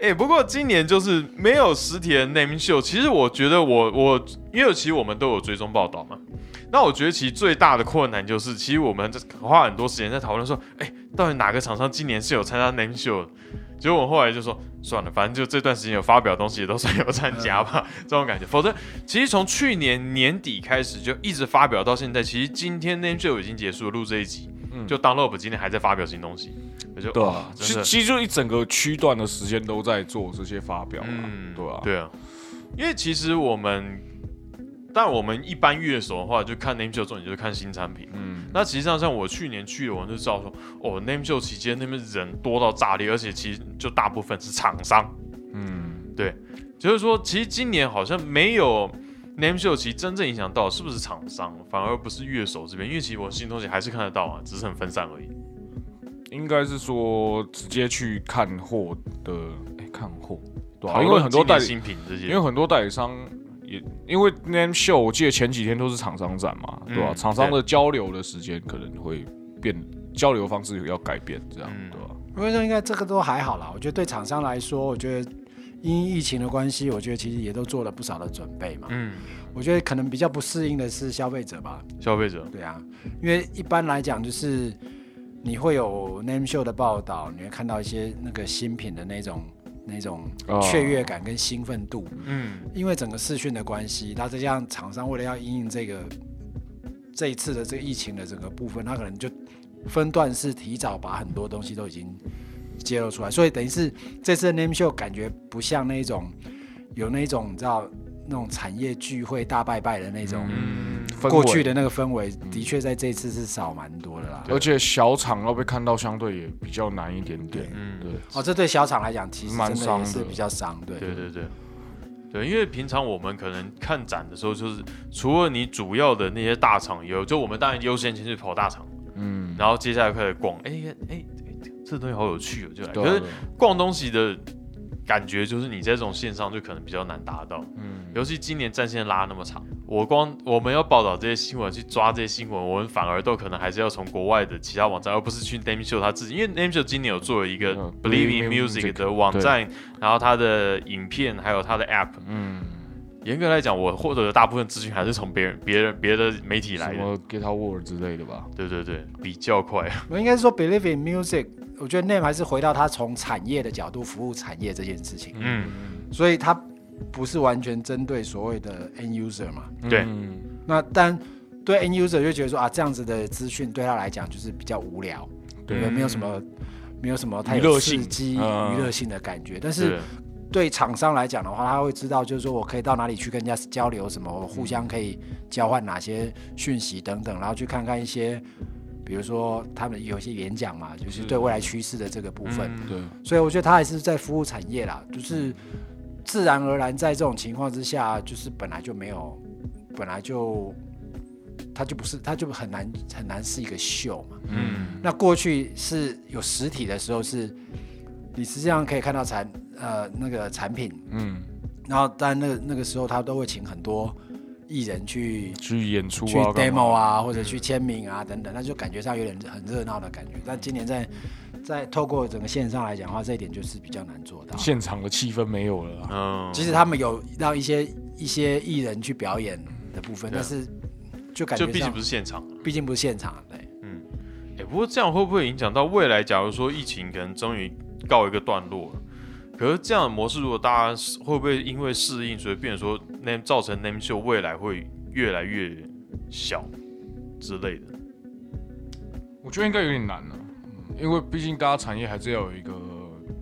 [SPEAKER 1] 哎、不过今年就是没有实体的 name 秀，其实我觉得我我，因为其实我们都有追踪报道嘛。那我觉得其实最大的困难就是，其实我们这花很多时间在讨论说，哎、到底哪个厂商今年是有参加 name 秀的？结果我后来就说算了，反正就这段时间有发表的东西也都算有参加吧，
[SPEAKER 2] 嗯
[SPEAKER 1] 这种感觉。否则，其实从去年年底开始就一直发表到现在，其实今天 name show 已经结束了，录这一集，
[SPEAKER 2] 嗯
[SPEAKER 1] 就 download 今天还在发表新东西，我就
[SPEAKER 2] 对
[SPEAKER 1] 哇
[SPEAKER 2] 啊，
[SPEAKER 1] 真
[SPEAKER 2] 其
[SPEAKER 1] 的
[SPEAKER 2] 其实就一整个区段的时间都在做这些发表啦，
[SPEAKER 1] 嗯，
[SPEAKER 2] 对啊，
[SPEAKER 1] 对啊，因为其实我们，但我们一般乐手的话，就看 name show 重点就是看新产品。
[SPEAKER 2] 嗯，
[SPEAKER 1] 那实际上，像我去年去的，我就知道说，哦，name show 期间那边人多到炸裂，而且其实就大部分是厂商，
[SPEAKER 2] 嗯，
[SPEAKER 1] 就是说，其实今年好像没有 name show 其实真正影响到是不是厂商，反而不是乐手这边，因为其实我新东西还是看得到啊，只是很分散而已。
[SPEAKER 2] 应该是说直接去看货的，哎，看货，对
[SPEAKER 1] 讨
[SPEAKER 2] 啊，因
[SPEAKER 1] 论
[SPEAKER 2] 为很多
[SPEAKER 1] 今年
[SPEAKER 2] 代理，
[SPEAKER 1] 新品这些，
[SPEAKER 2] 因为很多代理商也因为 Name Show，我记得前几天都是厂商展嘛，
[SPEAKER 1] 嗯
[SPEAKER 2] 对吧？厂商的交流的时间可能会变，交流方式要改变，这样
[SPEAKER 1] 嗯
[SPEAKER 2] 对啊吧？
[SPEAKER 3] 我跟你说，应该这个都还好啦。我觉得对厂商来说，我觉得因疫情的关系，我觉得其实也都做了不少的准备嘛。
[SPEAKER 1] 嗯，
[SPEAKER 3] 我觉得可能比较不适应的是消费者吧。
[SPEAKER 1] 消费者，
[SPEAKER 3] 对啊，因为一般来讲就是你会有 name show 的报道，你会看到一些那个新品的那种那种
[SPEAKER 2] 哦
[SPEAKER 3] 雀跃感跟兴奋度。
[SPEAKER 1] 嗯
[SPEAKER 3] 因为整个视讯的关系，它再加上厂商为了要因应这个这一次的这个疫情的整个部分，它可能就分段式提早把很多东西都已经揭露出来，所以等于是这次的 Name Show 感觉不像那种有那种你知道那种产业聚会大拜拜的那种。
[SPEAKER 1] 嗯，
[SPEAKER 2] 氛围
[SPEAKER 3] 过去的那个氛围的确在这一次是少蛮多的啦。
[SPEAKER 2] 而且小厂要被看到，相对也比较难一点点，
[SPEAKER 1] 嗯
[SPEAKER 2] 对。
[SPEAKER 3] 哦，这对小厂来讲，其实
[SPEAKER 2] 蛮
[SPEAKER 3] 真的
[SPEAKER 2] 伤
[SPEAKER 3] 也是
[SPEAKER 2] 的
[SPEAKER 3] 比较伤，对。
[SPEAKER 1] 对对对，对，因为平常我们可能看展的时候，就是除了你主要的那些大厂以外，就我们当然优先先去跑大厂，
[SPEAKER 2] 嗯，
[SPEAKER 1] 然后接下来开始逛，哎哎哎，这东西好有趣哦，就来。
[SPEAKER 2] 对
[SPEAKER 1] 可
[SPEAKER 2] 啊
[SPEAKER 1] 是逛东西的感觉，就是你在这种线上就可能比较难达到，
[SPEAKER 2] 嗯，
[SPEAKER 1] 尤其今年战线拉那么长，我光我们要报道这些新闻，去抓这些新闻，我们反而都可能还是要从国外的其他网站，而不是去 Name Show 他自己，因为 Name Show 今年有做了一个
[SPEAKER 2] 嗯
[SPEAKER 1] Believe in
[SPEAKER 2] Believe in
[SPEAKER 1] Music
[SPEAKER 2] Music，
[SPEAKER 1] 的网站，然后它的影片还有它的 App。
[SPEAKER 2] 嗯，
[SPEAKER 1] 严格来讲，我获得的大部分资讯还是从别人、别人、别的媒体来
[SPEAKER 2] 什
[SPEAKER 1] 的。
[SPEAKER 2] 么 Get Out Word 之类的吧？
[SPEAKER 1] 对对对，比较快。
[SPEAKER 3] 我应该是说，believe in music，我觉得 Name 还是回到他从产业的角度服务产业这件事情，
[SPEAKER 1] 嗯，
[SPEAKER 3] 所以它不是完全针对所谓的 end user 嘛。
[SPEAKER 1] 对
[SPEAKER 2] 嗯
[SPEAKER 3] 那但对 end user 就觉得说啊，这样子的资讯对他来讲就是比较无聊，
[SPEAKER 2] 对
[SPEAKER 3] 没有什么没有什么太
[SPEAKER 2] 娱乐
[SPEAKER 3] 有刺
[SPEAKER 2] 性
[SPEAKER 3] 激
[SPEAKER 2] 嗯
[SPEAKER 3] 娱乐性的感觉。但是
[SPEAKER 1] 是，
[SPEAKER 3] 对厂商来讲的话，他会知道就是说我可以到哪里去跟人家交流什么，我互相可以交换哪些讯息等等，然后去看看一些。比如说，他们有一些演讲嘛，就是对未来趋势的这个部分，
[SPEAKER 2] 对，
[SPEAKER 3] 所以我觉得他还是在服务产业啦，就是自然而然在这种情况之下，就是本来就没有，本来就他就不是，他就很难很难是一个秀嘛。
[SPEAKER 1] 嗯
[SPEAKER 3] 那过去是有实体的时候是，你实际上可以看到产呃那个产品，
[SPEAKER 2] 嗯，
[SPEAKER 3] 然后但那个那个时候他都会请很多艺人去
[SPEAKER 2] 去演出
[SPEAKER 3] 去
[SPEAKER 2] 啊，干嘛
[SPEAKER 3] demo，啊，或
[SPEAKER 1] 嗯
[SPEAKER 3] 者去签名啊等等，那就感觉上有点很热闹的感觉。但今年在在透过整个线上来讲的话，这一点就是比较难做到。
[SPEAKER 2] 现场的气氛没有了啊。
[SPEAKER 1] 嗯，
[SPEAKER 3] 即使他们有让一些一些艺人去表演的部分，
[SPEAKER 1] 对啊
[SPEAKER 3] 但是就感
[SPEAKER 1] 就
[SPEAKER 3] 觉
[SPEAKER 1] 毕竟不
[SPEAKER 3] 上
[SPEAKER 1] 是现场。
[SPEAKER 3] 毕竟不是现场，对，
[SPEAKER 1] 哎、不过这样会不会影响到未来？假如说疫情可能终于告一个段落了，可是这样的模式，如果大家是会不会因为适应，所以变成说那造成 name show 未来会越来越小之类的？
[SPEAKER 2] 我觉得应该有点难了、嗯因为毕竟大家产业还是要有一个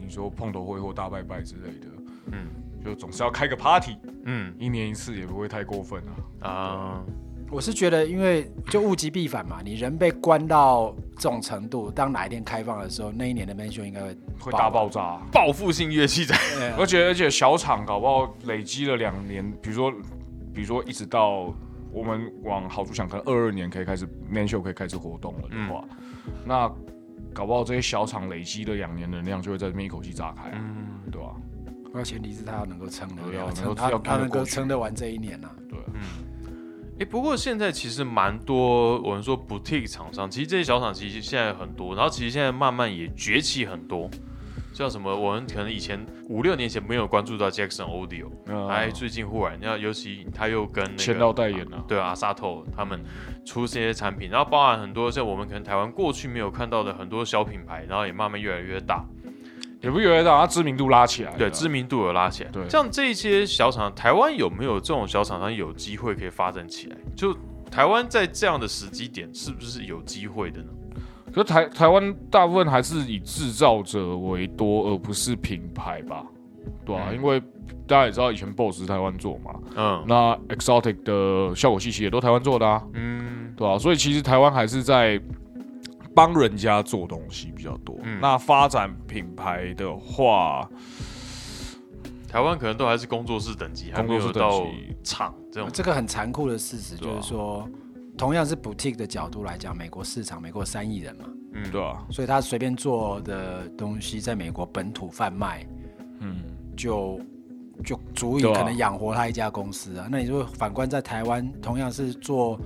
[SPEAKER 2] 你说碰头会或大拜拜之类的，
[SPEAKER 1] 嗯
[SPEAKER 2] 就总是要开个 party，
[SPEAKER 1] 嗯
[SPEAKER 2] 一年一次也不会太过分啊。
[SPEAKER 1] 啊，
[SPEAKER 3] 我是觉得，因为就物极必反嘛，你人被关到这种程度，当哪一天开放的时候，那一年的 m e n s i o n 应该会
[SPEAKER 2] 会大爆炸啊、
[SPEAKER 1] 报复性乐器展，
[SPEAKER 2] 而且而且小厂搞不好累积了两年，比如说比如说一直到我
[SPEAKER 1] 嗯
[SPEAKER 2] 们往好处想，可能二二年可以开始 n a n show 可以开始活动了的话，那搞不好这些小厂累积了两年能量，就会在这边一口气炸开啊、
[SPEAKER 1] 嗯，
[SPEAKER 2] 对吧、
[SPEAKER 3] 那前提是他要能够撑得
[SPEAKER 2] 对啊
[SPEAKER 3] 了，
[SPEAKER 2] 能
[SPEAKER 3] 撑
[SPEAKER 2] 够
[SPEAKER 3] 他
[SPEAKER 2] 要
[SPEAKER 3] 他
[SPEAKER 2] 看得
[SPEAKER 3] 能
[SPEAKER 2] 过
[SPEAKER 3] 够
[SPEAKER 2] 去
[SPEAKER 3] 撑得完这一年啊。
[SPEAKER 2] 对，
[SPEAKER 1] 哎、不过现在其实蛮多，我们说 boutique 厂商，其实这些小厂其实现在很多，然后其实现在慢慢也崛起很多，像什么我们可能以前五六年前没有关注到 Jackson Audio，
[SPEAKER 2] 那
[SPEAKER 1] 哎、最近忽然，要尤其他又跟那个
[SPEAKER 2] 签哦到代言了、
[SPEAKER 1] 对啊，沙透他们出这些产品，然后包含很多像我们可能台湾过去没有看到的很多小品牌，然后也慢慢越来越大，
[SPEAKER 2] 也不觉得他知名度拉起来了，
[SPEAKER 1] 对知名度有拉起来。
[SPEAKER 2] 哎对
[SPEAKER 1] 像这些小厂，台湾有没有这种小厂商有机会可以发展起来？就台湾在这样的时机点，是不是有机会的呢？
[SPEAKER 2] 可是台台湾大部分还是以制造者为多，而不是品牌吧？对啊，
[SPEAKER 1] 嗯
[SPEAKER 2] 因为大家也知道以前 BOSS 是台湾做嘛，
[SPEAKER 1] 嗯
[SPEAKER 2] 那 Exotic 的效果器其实也都台湾做的啊，
[SPEAKER 1] 嗯
[SPEAKER 2] 对啊，所以其实台湾还是在帮人家做东西比较多。
[SPEAKER 1] 嗯
[SPEAKER 2] 那发展品牌的话，
[SPEAKER 1] 台湾可能都还是工作室等级，还
[SPEAKER 2] 工
[SPEAKER 1] 没有
[SPEAKER 2] 作室
[SPEAKER 1] 到
[SPEAKER 2] 等级
[SPEAKER 1] 厂这种。
[SPEAKER 3] 这个很残酷的事实
[SPEAKER 2] 啊对啊
[SPEAKER 3] 就是说，同样是 boutique 的角度来讲，美国市场美国三亿人嘛，
[SPEAKER 1] 嗯，
[SPEAKER 2] 对啊，
[SPEAKER 3] 所以他随便做的东西在美国本土贩卖，
[SPEAKER 2] 嗯，
[SPEAKER 3] 就就足以
[SPEAKER 2] 对啊
[SPEAKER 3] 可能养活他一家公司啊。那你说反观在台湾，同样是做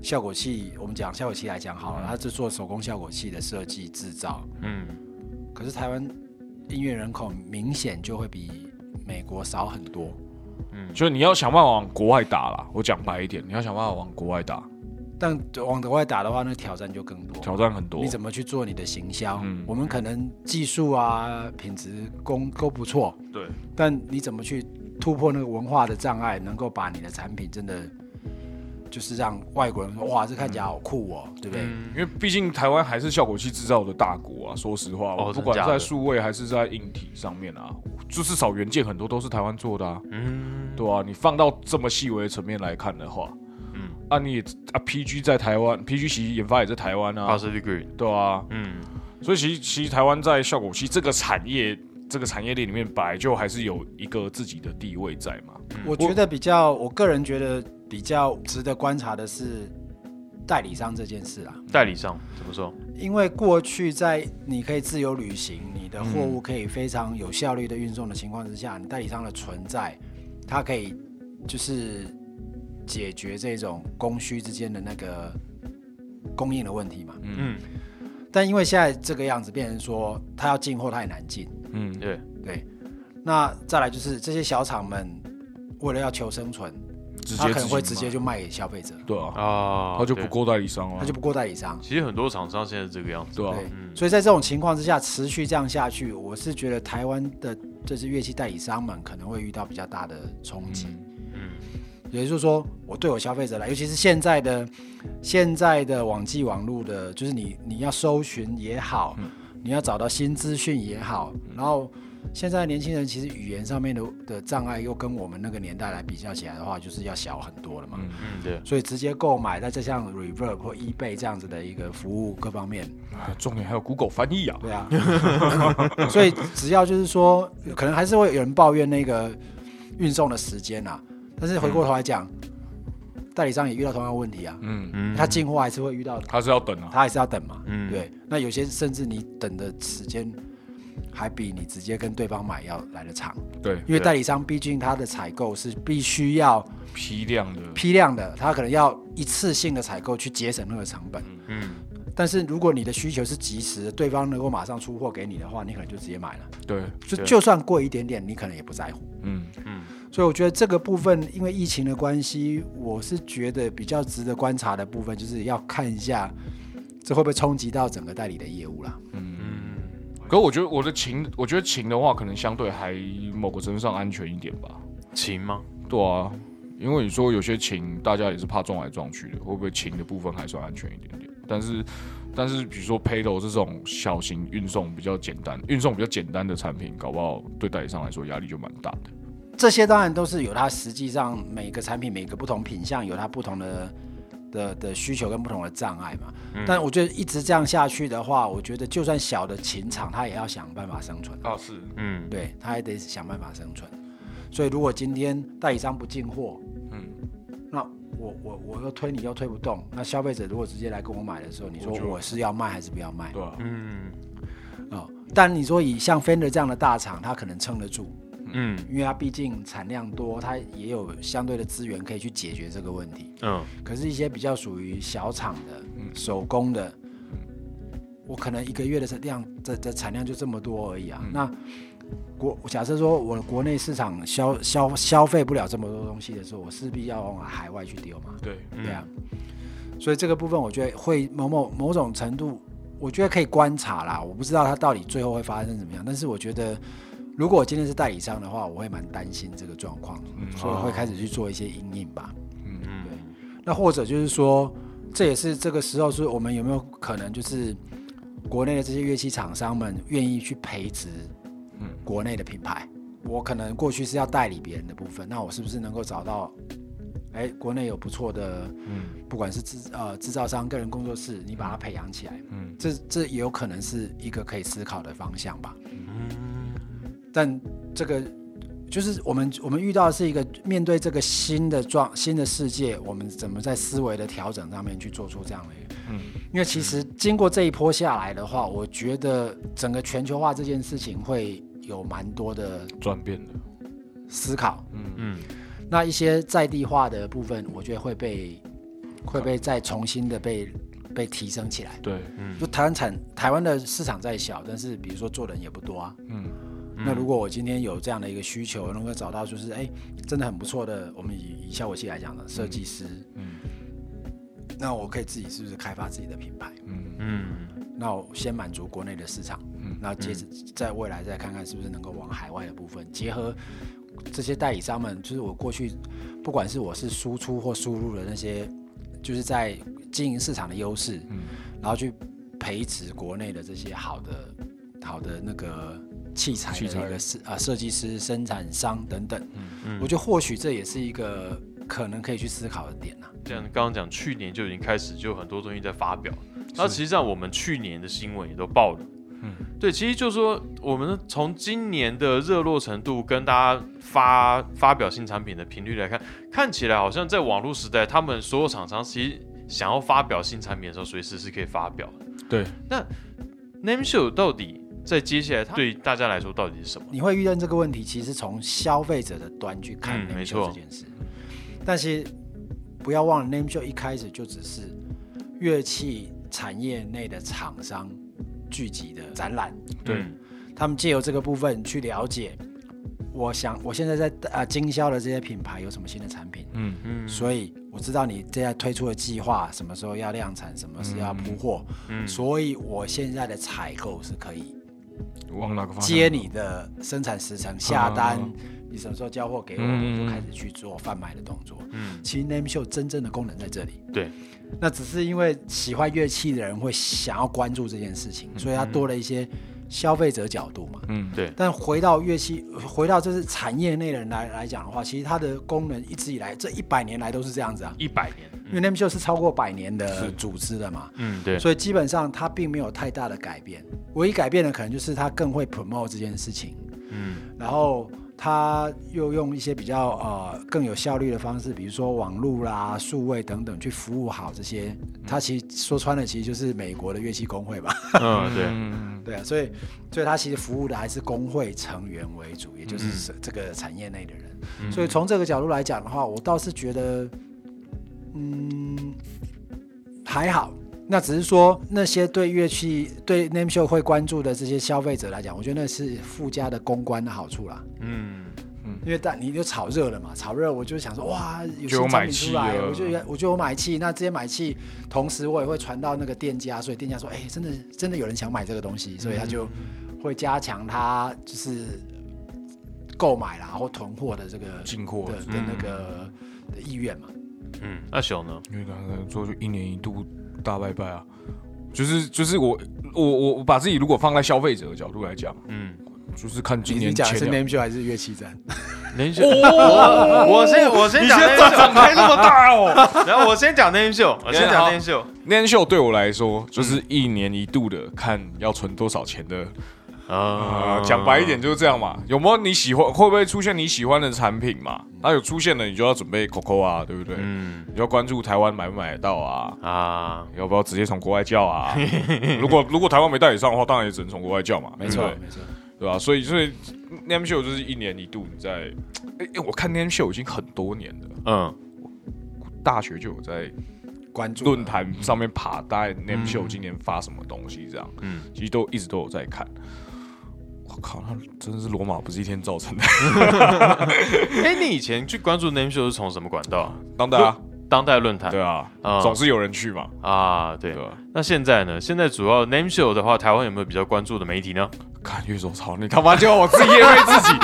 [SPEAKER 3] 效果器，我们讲效果器来讲好
[SPEAKER 2] 嗯
[SPEAKER 3] 了，他是做手工效果器的设计制造，
[SPEAKER 1] 嗯，
[SPEAKER 3] 可是台湾音乐人口明显就会比美国少很多。
[SPEAKER 1] 嗯
[SPEAKER 2] 就是你要想办法往国外打啦。我讲白一点，你要想办法往国外打，
[SPEAKER 3] 但往国外打的话，那挑战就更多。
[SPEAKER 2] 挑战很多
[SPEAKER 3] 你。怎么去做你的行销？
[SPEAKER 2] 嗯
[SPEAKER 3] 我们可能技术啊、品质供都不错，
[SPEAKER 1] 对，
[SPEAKER 3] 但你怎么去突破那个文化的障碍，能够把你的产品真的就是让外国人说哇，这看起来好酷哦，对不对？
[SPEAKER 2] 因为毕竟台湾还是效果器制造的大国啊，说实话，
[SPEAKER 1] 哦
[SPEAKER 2] 我不
[SPEAKER 1] 真
[SPEAKER 2] 管
[SPEAKER 1] 假
[SPEAKER 2] 在
[SPEAKER 1] 的
[SPEAKER 2] 数位还是在硬体上面啊，就至少原件很多都是台湾做的啊，
[SPEAKER 1] 嗯，
[SPEAKER 2] 对啊，你放到这么细微的层面来看的话，嗯
[SPEAKER 1] 嗯，
[SPEAKER 2] 啊你也啊 PG 在台湾，PG 其实研发也在台湾
[SPEAKER 1] p o
[SPEAKER 2] 啊，
[SPEAKER 1] s i t i v e Green，
[SPEAKER 2] 对啊，
[SPEAKER 1] 嗯
[SPEAKER 2] 所以其实其实台湾在效果器这个产业这个产业链里面，本来就还是有一个自己的地位在嘛，
[SPEAKER 3] 我觉得比较，我个人觉得比较值得观察的是代理商这件事啦。
[SPEAKER 1] 代理商怎么说？
[SPEAKER 3] 因为过去在你可以自由旅行，你的货物可以非常有效率的运送的情况之下，你代理商的存在，它可以就是解决这种供需之间的那个供应的问题嘛。
[SPEAKER 1] 嗯，
[SPEAKER 3] 但因为现在这个样子，变成说它要进货它也难进，
[SPEAKER 2] 嗯，
[SPEAKER 1] 对，
[SPEAKER 3] 对。那再来就是这些小厂们为了要求生存，
[SPEAKER 2] 直接
[SPEAKER 3] 它可能会
[SPEAKER 2] 自己
[SPEAKER 3] 直接
[SPEAKER 2] 买
[SPEAKER 3] 就卖给消费者，
[SPEAKER 2] 对啊，
[SPEAKER 1] 啊，
[SPEAKER 2] 他就不
[SPEAKER 1] 对。
[SPEAKER 2] 过代理商
[SPEAKER 3] 它
[SPEAKER 2] 了
[SPEAKER 3] 就，不过代理商。
[SPEAKER 1] 其实很多厂商现在是这个样子。
[SPEAKER 2] 对啊，
[SPEAKER 3] 对，
[SPEAKER 1] 嗯
[SPEAKER 3] 所以在这种情况之下，持续这样下去，我是觉得台湾的这些乐器代理商们可能会遇到比较大的冲击。
[SPEAKER 1] 嗯
[SPEAKER 3] 也就是说，我对我消费者来，尤其是现在的现在的网际网络的，就是你你要搜寻也好，你要找到新资讯也好，然后现在的年轻人其实语言上面的的障碍又跟我们那个年代来比较起来的话，就是要小很多了嘛。
[SPEAKER 1] 嗯，对，
[SPEAKER 3] 所以直接购买，再加上 Reverb 或 eBay 这样子的一个服务各方面，
[SPEAKER 2] 啊重点还有 Google 翻译啊，
[SPEAKER 3] 对啊，所以只要就是说，可能还是会有人抱怨那个运送的时间啊，但是回过头来讲，代理商也遇到同样的问题啊，
[SPEAKER 2] 嗯，
[SPEAKER 1] 嗯
[SPEAKER 3] 他进货还是会遇到，
[SPEAKER 2] 他是要等啊，
[SPEAKER 3] 他还是要等嘛，
[SPEAKER 1] 嗯
[SPEAKER 3] 对。那有些甚至你等的时间还比你直接跟对方买要来的长，
[SPEAKER 2] 对，
[SPEAKER 3] 因为
[SPEAKER 1] 对
[SPEAKER 3] 代理商毕竟他的采购是必须要
[SPEAKER 2] 批量的，
[SPEAKER 3] 批量的，他可能要一次性的采购去节省那个成本。
[SPEAKER 1] 嗯，
[SPEAKER 3] 但是如果你的需求是及时的，对方能够马上出货给你的话，你可能就直接买了。
[SPEAKER 2] 对，
[SPEAKER 3] 就
[SPEAKER 1] 对
[SPEAKER 3] 就算贵一点点，你可能也不在乎。
[SPEAKER 2] 嗯，
[SPEAKER 3] 所以我觉得这个部分，因为疫情的关系，我是觉得比较值得观察的部分，就是要看一下这会不会冲击到整个代理的业务啦。
[SPEAKER 2] 可我觉得我的琴，我觉得琴的话，可能相对还某个程度上安全一点吧。
[SPEAKER 1] 琴吗？
[SPEAKER 2] 对啊，因为你说有些琴，大家也是怕撞来撞去的，会不会琴的部分还算安全一点点？但是，但是比如说 p a d a l 这种小型运送比较简单、运送比较简单的产品，搞不好对代理商来说压力就蛮大的。
[SPEAKER 3] 这些当然都是有它实际上每个产品、每个不同品项有它不同的的的需求跟不同的障碍嘛。但我觉得一直这样下去的话，我觉得就算小的琴厂，它也要想办法生存。
[SPEAKER 2] 啊，是，
[SPEAKER 1] 嗯，
[SPEAKER 3] 对，他还得想办法生存。所以如果今天代理商不进货，嗯，那我我我又推你又推不动，那消费者如果直接来跟我买的时候，你说
[SPEAKER 2] 我就
[SPEAKER 3] 我是要卖还是不要卖？
[SPEAKER 2] 对啊，
[SPEAKER 1] 嗯
[SPEAKER 3] 哦，但你说以像 Fender 这样的大厂，它可能撑得住，
[SPEAKER 1] 嗯
[SPEAKER 3] 因为它毕竟产量多，它也有相对的资源可以去解决这个问题。
[SPEAKER 1] 嗯，
[SPEAKER 3] 可是，一些比较属于小厂的、手工的，我可能一个月的产量的的产量就这么多而已啊。那国假设说我国内市场消消消费不了这么多东西的时候，我势必要往海外去丢嘛。
[SPEAKER 2] 对，
[SPEAKER 3] 对啊，所以这个部分我觉得会某某某种程度，我觉得可以观察啦。我不知道它到底最后会发生怎么样，但是我觉得，如果我今天是代理商的话，我会蛮担心这个状况，所以会开始去做一些阴影吧。
[SPEAKER 1] 嗯
[SPEAKER 3] 那或者就是说，这也是这个时候是我们有没有可能就是国内的这些乐器厂商们愿意去培植国内的品牌？我可能过去是要代理别人的部分，那我是不是能够找到？哎，国内有不错的，不管是制呃制造商、个人工作室，你把它培养起来，
[SPEAKER 2] 嗯
[SPEAKER 3] 这这也有可能是一个可以思考的方向吧。
[SPEAKER 1] 嗯
[SPEAKER 3] 但这个就是我们我们遇到的是一个面对这个新的状新的世界，我们怎么在思维的调整上面去做出这样的一个？
[SPEAKER 2] 嗯
[SPEAKER 3] 因为其实经过这一波下来的话，我觉得整个全球化这件事情会有蛮多的
[SPEAKER 2] 转变的，
[SPEAKER 3] 思考。
[SPEAKER 1] 嗯
[SPEAKER 3] 那一些在地化的部分，我觉得会被会被再重新的被被提升起来。
[SPEAKER 2] 对，
[SPEAKER 3] 就台湾产台湾的市场再小，但是比如说做人也不多啊。
[SPEAKER 2] 嗯
[SPEAKER 3] 那如果我今天有这样的一个需求，能够找到就是哎、真的很不错的，我们以以效果器来讲的设计师，
[SPEAKER 2] 嗯
[SPEAKER 3] 那我可以自己是不是开发自己的品牌？
[SPEAKER 2] 嗯
[SPEAKER 1] 嗯
[SPEAKER 3] 那我先满足国内的市场，
[SPEAKER 2] 嗯
[SPEAKER 3] 那接着在未来再看看是不是能够往海外的部分结合这些代理商们，就是我过去不管是我是输出或输入的那些，就是在经营市场的优势，
[SPEAKER 2] 嗯
[SPEAKER 3] 然后去培植国内的这些好的好的那个器材
[SPEAKER 2] 器
[SPEAKER 3] 的
[SPEAKER 2] 材
[SPEAKER 3] 一个设啊设计师、生产商等等，
[SPEAKER 1] 嗯
[SPEAKER 3] 我觉得或许这也是一个可能可以去思考的点呐、啊
[SPEAKER 1] 这样刚刚讲，去年就已经开始就很多东西在发表，那其实上我们去年的新闻也都报了，
[SPEAKER 2] 嗯
[SPEAKER 1] 嗯，对，其实就是说我们从今年的热络程度跟大家发发表新产品的频率来看，看起来好像在网络时代，他们所有厂商其实想要发表新产品的时候，随时是可以发表的。
[SPEAKER 2] 对，
[SPEAKER 1] Name Show 到底在接下来它对大家来说到底是什么？
[SPEAKER 3] 你会遇到这个问题，其实从消费者的端去
[SPEAKER 1] 嗯
[SPEAKER 3] 看 name
[SPEAKER 1] 没
[SPEAKER 3] show
[SPEAKER 1] 错
[SPEAKER 3] 这件事。但是不要忘了，name show 一开始就只是乐器产业内的厂商聚集的展览，
[SPEAKER 2] 对
[SPEAKER 1] 嗯
[SPEAKER 3] 他们借由这个部分去了解。我想，我现在在呃经销的这些品牌有什么新的产品，
[SPEAKER 2] 嗯
[SPEAKER 1] 嗯
[SPEAKER 3] 所以我知道你现在推出的计划什么时候要量产，什么时候要铺货，
[SPEAKER 1] 嗯
[SPEAKER 3] 所以我现在的采购是可以
[SPEAKER 2] 往哪个方向？
[SPEAKER 3] 接你的生产时程下单
[SPEAKER 2] 嗯，
[SPEAKER 3] 你什么时候交货给我，
[SPEAKER 2] 嗯
[SPEAKER 3] 我就开始去做贩卖的动作。
[SPEAKER 1] 嗯，
[SPEAKER 3] 其实 Name Show 真正的功能在这里，
[SPEAKER 1] 对，
[SPEAKER 3] 那只是因为喜欢乐器的人会想要关注这件事情，所以它多了一些消费者角度嘛。
[SPEAKER 2] 嗯
[SPEAKER 1] 对，
[SPEAKER 3] 但回到乐器，回到就是产业内的人来来讲的话，其实它的功能一直以来这一百年来都是这样子啊，
[SPEAKER 1] 一百年，
[SPEAKER 3] 因为 Name Show 是超过百年的组织的嘛。
[SPEAKER 1] 嗯，对，
[SPEAKER 3] 所以基本上它并没有太大的改变，唯一改变的可能就是它更会 promote 这件事情，
[SPEAKER 1] 嗯
[SPEAKER 3] 然后它又用一些比较呃更有效率的方式，比如说网络啦、数位等等，去服务好这些。它其实说穿了，其实就是美国的乐器工会吧？
[SPEAKER 1] 嗯，对，
[SPEAKER 2] 嗯
[SPEAKER 3] 对啊，所以所以它其实服务的还是工会成员为主，也就是这个产业内的人。
[SPEAKER 2] 嗯
[SPEAKER 3] 所以从这个角度来讲的话，我倒是觉得，嗯，还好。那只是说那些对乐器、对 Name Show 会关注的这些消费者来讲，我觉得那是附加的公关的好处啦。
[SPEAKER 1] 嗯
[SPEAKER 3] 因为但你就炒热了嘛，炒热我就想说哇，有
[SPEAKER 2] 就有
[SPEAKER 3] 新
[SPEAKER 2] 买
[SPEAKER 3] 产品
[SPEAKER 2] 气
[SPEAKER 3] 出来，
[SPEAKER 2] 了
[SPEAKER 3] 我就有我就有买气。那这些买气，同时我也会传到那个店家，所以店家说，哎、真的真的有人想买这个东西，所以他就
[SPEAKER 2] 嗯
[SPEAKER 3] 会加强他就是购买啦或囤货嗯的这个
[SPEAKER 2] 进货
[SPEAKER 3] 的的那个的意愿嘛。
[SPEAKER 1] 嗯，那小呢？
[SPEAKER 2] 因为刚才做就一年一度大拜拜啊，就是就是我我我我把自己如果放在消费者的角度来讲，
[SPEAKER 1] 嗯。
[SPEAKER 2] 就是看今
[SPEAKER 3] 你是
[SPEAKER 2] 年
[SPEAKER 3] 讲的
[SPEAKER 2] 前
[SPEAKER 3] 是
[SPEAKER 2] 两
[SPEAKER 3] Name Show 还是乐器展？
[SPEAKER 1] 林秀，我 我先我先讲
[SPEAKER 2] 你
[SPEAKER 1] 内
[SPEAKER 2] 先
[SPEAKER 1] 秀，
[SPEAKER 2] 长开那么大 哦。
[SPEAKER 1] 然后我先讲内秀，我先讲内秀，
[SPEAKER 3] 嗯
[SPEAKER 2] 那天秀对我来说就是一年一度的看要存多少钱的
[SPEAKER 1] 啊
[SPEAKER 2] 啊，讲白一点就是这样嘛。有没有你喜欢？会不会出现你喜欢的产品嘛？
[SPEAKER 3] 嗯
[SPEAKER 2] 那有出现了，你就要准备 COCO 啊，对不对？
[SPEAKER 1] 嗯
[SPEAKER 2] 你就要关注台湾买不买得到啊，
[SPEAKER 1] 啊，
[SPEAKER 2] 要不要直接从国外叫 啊？如果如果台湾没代理商的话，当然也只能从国外叫嘛，
[SPEAKER 3] 没错
[SPEAKER 2] 对不对
[SPEAKER 3] 没错，
[SPEAKER 2] 对吧、所以所以 Name Show 就是一年一度，你在哎、哎我看 Name Show 已经很多年了，
[SPEAKER 1] 嗯，
[SPEAKER 2] 大学就有在
[SPEAKER 3] 关注啊
[SPEAKER 2] 论坛上面爬，大概 Name Show 今年发什么东西这样，
[SPEAKER 1] 嗯
[SPEAKER 2] 嗯，其实都一直都有在看。我靠，那真的是罗马不是一天造成的。
[SPEAKER 1] 哎，你以前去关注 Name Show 是从什么管道啊？
[SPEAKER 2] 当代 啊，
[SPEAKER 1] 当代论坛
[SPEAKER 2] 对啊，
[SPEAKER 1] 啊
[SPEAKER 2] 总是有人去嘛，
[SPEAKER 1] 啊，对
[SPEAKER 2] 对。吧？
[SPEAKER 1] 那现在呢？现在主要 Name Show 的话，台湾有没有比较关注的媒体呢？
[SPEAKER 2] 看月手操，你他妈叫我自己夜 配自己，